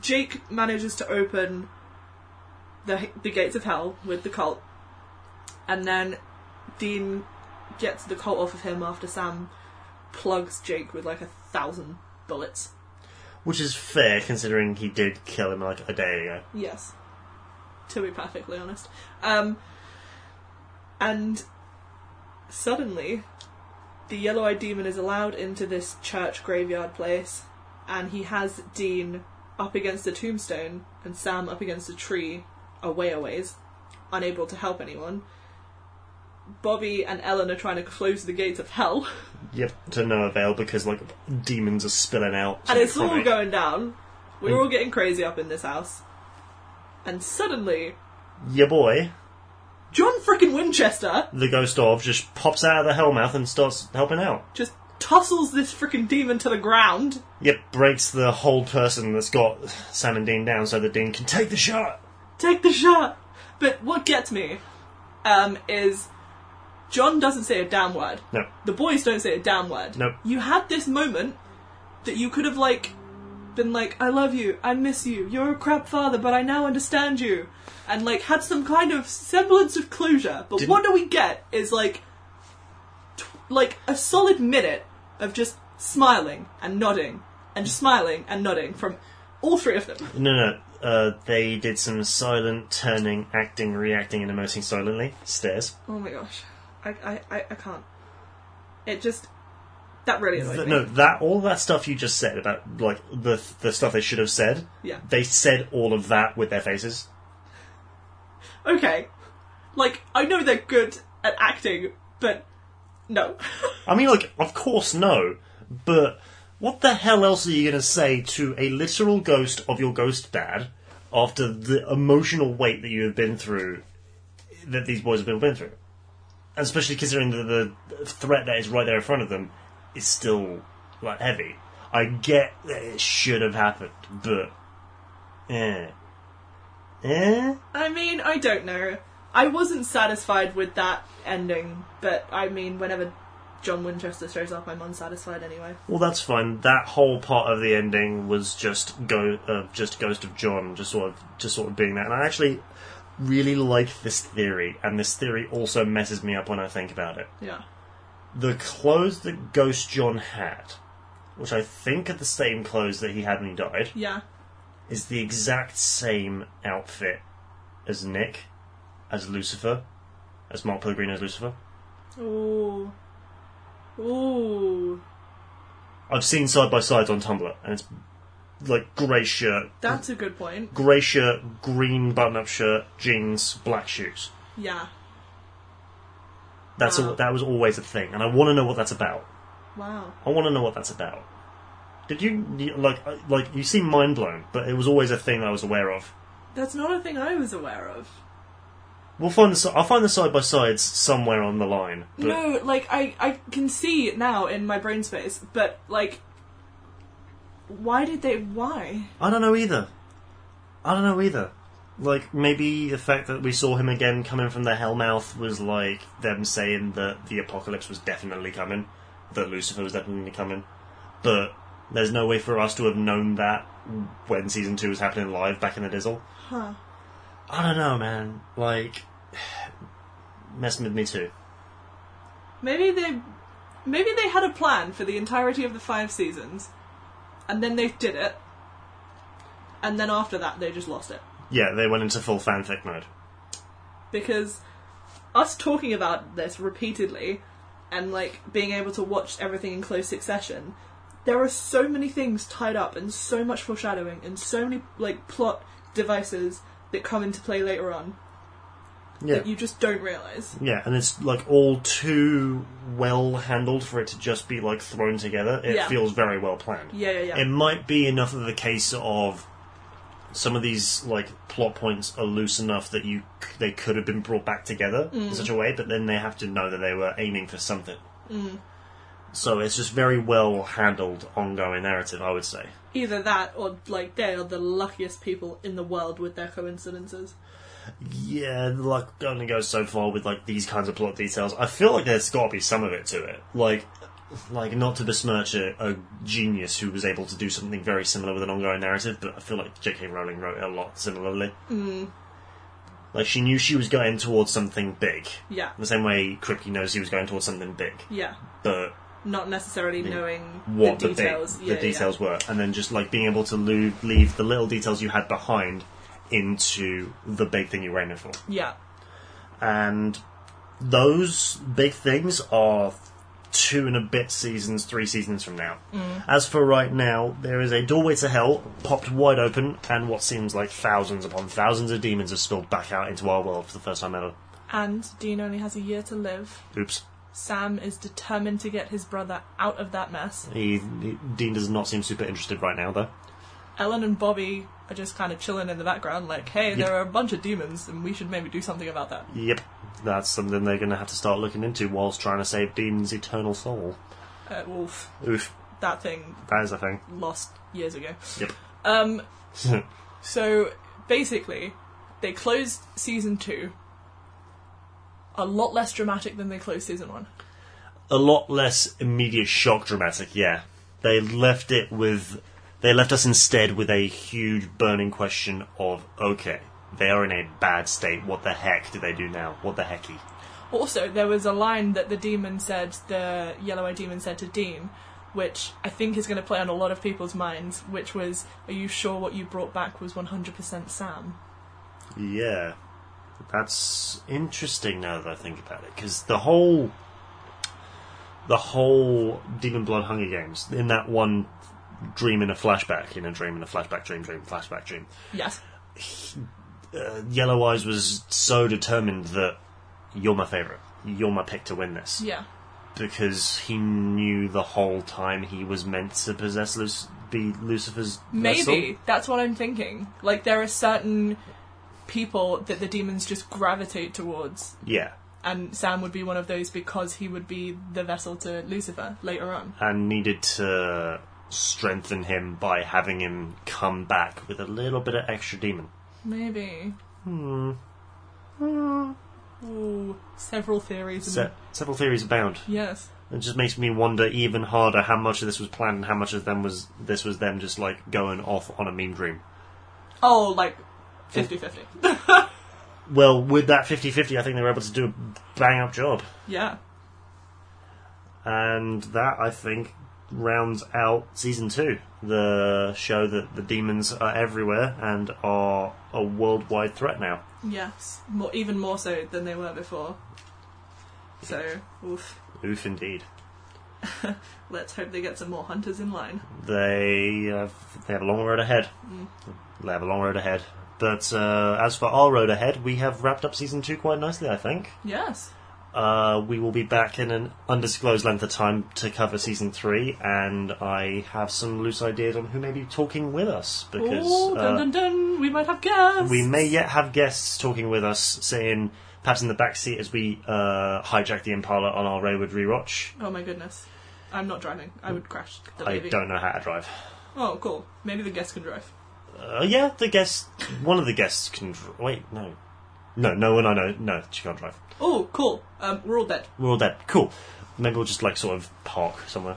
[SPEAKER 2] Jake manages to open the the gates of hell with the cult, and then Dean gets the cult off of him after Sam plugs Jake with like a thousand bullets.
[SPEAKER 1] Which is fair considering he did kill him like a day ago.
[SPEAKER 2] Yes. To be perfectly honest. Um, and suddenly, the yellow eyed demon is allowed into this church graveyard place, and he has Dean up against a tombstone and Sam up against a tree, away a ways, unable to help anyone. Bobby and Ellen are trying to close the gates of hell,
[SPEAKER 1] Yep, to no avail because like demons are spilling out.
[SPEAKER 2] and it's all
[SPEAKER 1] from it.
[SPEAKER 2] going down. We're
[SPEAKER 1] Mm.
[SPEAKER 2] all getting crazy up in this house. And suddenly,
[SPEAKER 1] Your boy,
[SPEAKER 2] John frickin' Winchester
[SPEAKER 1] the ghost of, just pops out of the hellmouth and starts helping out.
[SPEAKER 2] just tussles this frickin' demon to the ground.
[SPEAKER 1] Yep, breaks the whole person that's got Sam and Dean down so that Dean can take the shot.
[SPEAKER 2] Take the shot! But what gets me um, is John doesn't say a damn word.
[SPEAKER 1] No,
[SPEAKER 2] The boys don't say a damn word.
[SPEAKER 1] Nope.
[SPEAKER 2] You had this moment that you could have like been like, I love you, I miss you, you're a crap father, but I now understand you and like had some kind of semblance of closure. But
[SPEAKER 1] Didn't-
[SPEAKER 2] what do we get is like t- like a solid minute of just smiling and nodding and smiling and nodding from all three of them.
[SPEAKER 1] no, no. Uh, they did some silent turning, acting, reacting, and emoting silently. Stairs.
[SPEAKER 2] Oh my gosh. I I, I, I can't. It just that really annoyed
[SPEAKER 1] Th-
[SPEAKER 2] me.
[SPEAKER 1] no, that all that stuff you just said about like the the stuff they should have said.
[SPEAKER 2] Yeah.
[SPEAKER 1] They said all of that with their faces.
[SPEAKER 2] okay. Like, I know they're good at acting, but no.
[SPEAKER 1] I mean, like, of course, no, but what the hell else are you going to say to a literal ghost of your ghost dad after the emotional weight that you have been through, that these boys have been been through? And especially considering the, the threat that is right there in front of them is still, like, heavy. I get that it should have happened, but. Eh. Eh?
[SPEAKER 2] I mean, I don't know. I wasn't satisfied with that ending, but I mean, whenever John Winchester shows up, I'm unsatisfied anyway.
[SPEAKER 1] Well, that's fine. That whole part of the ending was just go, uh, just Ghost of John, just sort of, just sort of being that. And I actually really like this theory, and this theory also messes me up when I think about it.
[SPEAKER 2] Yeah.
[SPEAKER 1] The clothes that Ghost John had, which I think are the same clothes that he had when he died,
[SPEAKER 2] Yeah.
[SPEAKER 1] is the exact same outfit as Nick, as Lucifer, as Mark Pellegrino as Lucifer.
[SPEAKER 2] Ooh. Ooh.
[SPEAKER 1] I've seen side by sides on Tumblr, and it's like grey shirt,
[SPEAKER 2] That's a good point.
[SPEAKER 1] grey shirt, green button-up shirt, jeans, black shoes.
[SPEAKER 2] Yeah.
[SPEAKER 1] That's
[SPEAKER 2] Wow.
[SPEAKER 1] all, that was always a thing, and I want to know what that's about.
[SPEAKER 2] Wow.
[SPEAKER 1] I want to know what that's about. Did you you- like uh, like you seem mind blown, but it was always a thing I was aware of.
[SPEAKER 2] That's not a thing I was aware of.
[SPEAKER 1] We'll find the si- I'll find the side by sides somewhere on the line. But
[SPEAKER 2] No, like I, I can see it now in my brain space, but like, why did they? Why?
[SPEAKER 1] I don't know either. I don't know either. Like maybe the fact that we saw him again coming from the Hellmouth was like them saying that the apocalypse was definitely coming, that Lucifer was definitely coming. But there's no way for us to have known that when season two was happening live back in the Dizzle.
[SPEAKER 2] Huh.
[SPEAKER 1] I don't know, man. Like messing with me too.
[SPEAKER 2] Maybe they maybe they had a plan for the entirety of the five seasons and then they did it. And then after that they just lost it.
[SPEAKER 1] Yeah, they went into full fanfic mode.
[SPEAKER 2] Because us talking about this repeatedly and like being able to watch everything in close succession, there are so many things tied up and so much foreshadowing and so many like plot devices that come into play later on
[SPEAKER 1] Yeah.
[SPEAKER 2] that you just don't realise.
[SPEAKER 1] Yeah, and it's like all too well handled for it to just be like thrown together. It
[SPEAKER 2] Yeah.
[SPEAKER 1] feels very well planned.
[SPEAKER 2] Yeah, yeah, yeah.
[SPEAKER 1] It might be enough of a case of some of these like plot points are loose enough that you c- they
[SPEAKER 2] Mm. Mm.
[SPEAKER 1] could have been brought back together in such a way, but then they have to know that they were aiming for something. So it's just very well handled ongoing narrative, I would say.
[SPEAKER 2] Either that or like they are the luckiest people in the world with their coincidences.
[SPEAKER 1] Yeah, like only goes so far with like these kinds of plot details. I feel like there's got to be some of it to it. Like, like not to besmirch a, a genius who was able to do something very similar with an ongoing narrative, but I feel like J.K. Rowling wrote it a lot similarly.
[SPEAKER 2] Mm.
[SPEAKER 1] Like she knew she was going towards something big,
[SPEAKER 2] Yeah.
[SPEAKER 1] the same way Kripke knows he was going towards something big,
[SPEAKER 2] Yeah.
[SPEAKER 1] but
[SPEAKER 2] Not necessarily knowing
[SPEAKER 1] what
[SPEAKER 2] the
[SPEAKER 1] the, big-
[SPEAKER 2] details.
[SPEAKER 1] the details were, and then just like being able to lo- leave the little details you had behind into the big thing you were aiming for.
[SPEAKER 2] Yeah.
[SPEAKER 1] and those big things are two and a bit seasons, three seasons from now. As for right now, there is a doorway to hell popped wide open, and what seems like thousands upon thousands of demons have spilled back out into our world for the first time ever.
[SPEAKER 2] And Dean only has a year to live.
[SPEAKER 1] Oops.
[SPEAKER 2] Sam is determined to get his brother out of that mess.
[SPEAKER 1] He, he- Dean does not seem super interested right now, though.
[SPEAKER 2] Ellen and Bobby are just kind of chilling in the background, like, hey,
[SPEAKER 1] Yep.
[SPEAKER 2] there are a bunch of demons, and we should maybe do something about that.
[SPEAKER 1] Yep. That's something they're going to have to start looking into whilst trying to save Dean's eternal soul.
[SPEAKER 2] Uh, oof,
[SPEAKER 1] Oof.
[SPEAKER 2] that thing
[SPEAKER 1] That is a thing.
[SPEAKER 2] lost years ago.
[SPEAKER 1] Yep.
[SPEAKER 2] Um, so basically, they closed season two. A lot less dramatic than they closed season one.
[SPEAKER 1] a lot less immediate shock dramatic, yeah. They left it with they left us instead with a huge burning question of okay, they are in a bad state. What the heck do they do now? What the hecky?
[SPEAKER 2] Also, there was a line that the demon said, the yellow eyed demon said to Dean, which I think is going to play on a lot of people's minds, which was, Are you sure what you brought back was 100% Sam?
[SPEAKER 1] Yeah. That's interesting now that I think about it cuz the whole the whole Demon Blood Hunger Games in that one dream in a flashback, you know, dream in a flashback, dream, dream, flashback, dream.
[SPEAKER 2] Yes.
[SPEAKER 1] uh, Yellow Eyes was so determined that you're my favourite. You're my pick to win this.
[SPEAKER 2] Yeah.
[SPEAKER 1] Because he knew the whole time he was meant to possess Luc- be Lucifer's
[SPEAKER 2] Maybe
[SPEAKER 1] vessel.
[SPEAKER 2] that's what I'm thinking. Like there are certain people that the demons just gravitate towards,
[SPEAKER 1] Yeah.
[SPEAKER 2] and Sam would be one of those because he would be the vessel to Lucifer later on.
[SPEAKER 1] And needed to strengthen him by having him come back with a little bit of extra demon.
[SPEAKER 2] Maybe.
[SPEAKER 1] Hmm.
[SPEAKER 2] Ooh, several theories. and-
[SPEAKER 1] Se- several theories abound.
[SPEAKER 2] yes.
[SPEAKER 1] It just makes me wonder even harder how much of this was planned and how much of them was this was them just like going off on a mean dream.
[SPEAKER 2] Oh, like 50-50.
[SPEAKER 1] Well, with that 50-50, I think they were able to do a bang up job.
[SPEAKER 2] yeah.
[SPEAKER 1] and that I think rounds out season two, the show that the demons are everywhere and are a worldwide threat now.
[SPEAKER 2] Yes. More, even more so than they were before. So, oof.
[SPEAKER 1] Oof, indeed.
[SPEAKER 2] Let's hope they get some more hunters in line.
[SPEAKER 1] They have, they have a long road ahead. They have a long road ahead. But uh, as for our road ahead, we have wrapped up season two quite nicely, I think.
[SPEAKER 2] Yes.
[SPEAKER 1] Uh, we will be back in an undisclosed length of time to cover season three, and I have some loose ideas on who may be talking with us because
[SPEAKER 2] Ooh,
[SPEAKER 1] uh,
[SPEAKER 2] dun dun dun! We might have guests.
[SPEAKER 1] We may yet have guests talking with us, saying perhaps in the back seat as we uh, hijack the Impala on our Rayward rewatch.
[SPEAKER 2] Oh my goodness. I'm not driving. I would crash the
[SPEAKER 1] I
[SPEAKER 2] baby.
[SPEAKER 1] don't know how to drive.
[SPEAKER 2] Oh, cool. Maybe the guest can drive.
[SPEAKER 1] Uh, yeah, the guest, one of the guests can. Dr- Wait, no, no, no one I know. No, she can't drive.
[SPEAKER 2] Oh, cool. Um, we're all dead.
[SPEAKER 1] We're all dead. Cool. Maybe we'll just like sort of park somewhere.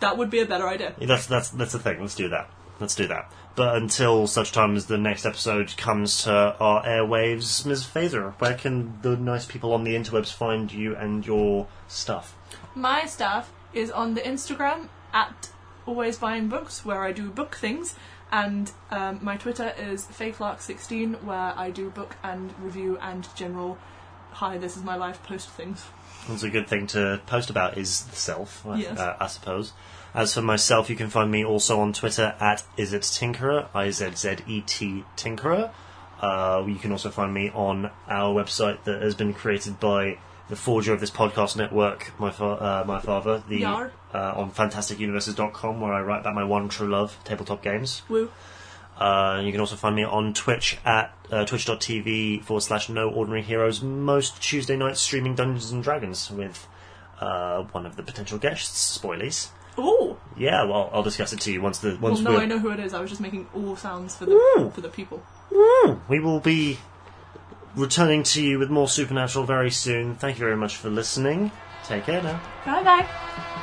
[SPEAKER 2] That would be a better idea.
[SPEAKER 1] That's that's that's the thing. Let's do that. Let's do that. But until such time as the next episode comes to our airwaves, Ms. Phaser, where can the nice people on the interwebs find you and your stuff?
[SPEAKER 2] My staff is on the Instagram at always buying books, where I do book things, and um, my Twitter is faithlark16, where I do book and review and general. Hi, this is my life. Post things.
[SPEAKER 1] It's a good thing to post about is the self, I-
[SPEAKER 2] Yes.
[SPEAKER 1] uh, I suppose. As for myself, you can find me also on Twitter at is it tinkerer, I Z Z E T tinkerer. Uh, you can also find me on our website that has been created by the forger of this podcast network, my fa- uh, my father, the uh,
[SPEAKER 2] Yar.
[SPEAKER 1] on fantasticuniverses.com where I write about my one true love, tabletop games.
[SPEAKER 2] Woo.
[SPEAKER 1] Uh, you can also find me on Twitch at uh, twitch.tv forward slash no ordinary heroes, most Tuesday nights streaming Dungeons and Dragons with uh, one of the potential guests. Spoilies.
[SPEAKER 2] Ooh.
[SPEAKER 1] Yeah, well, I'll discuss it to you once the
[SPEAKER 2] Well,
[SPEAKER 1] once
[SPEAKER 2] no,
[SPEAKER 1] we're,
[SPEAKER 2] I know who it is. I was just making all sounds for the
[SPEAKER 1] Ooh.
[SPEAKER 2] for the people.
[SPEAKER 1] Woo! we will be returning to you with more supernatural very soon. Thank you very much for listening. Take care now.
[SPEAKER 2] Bye bye.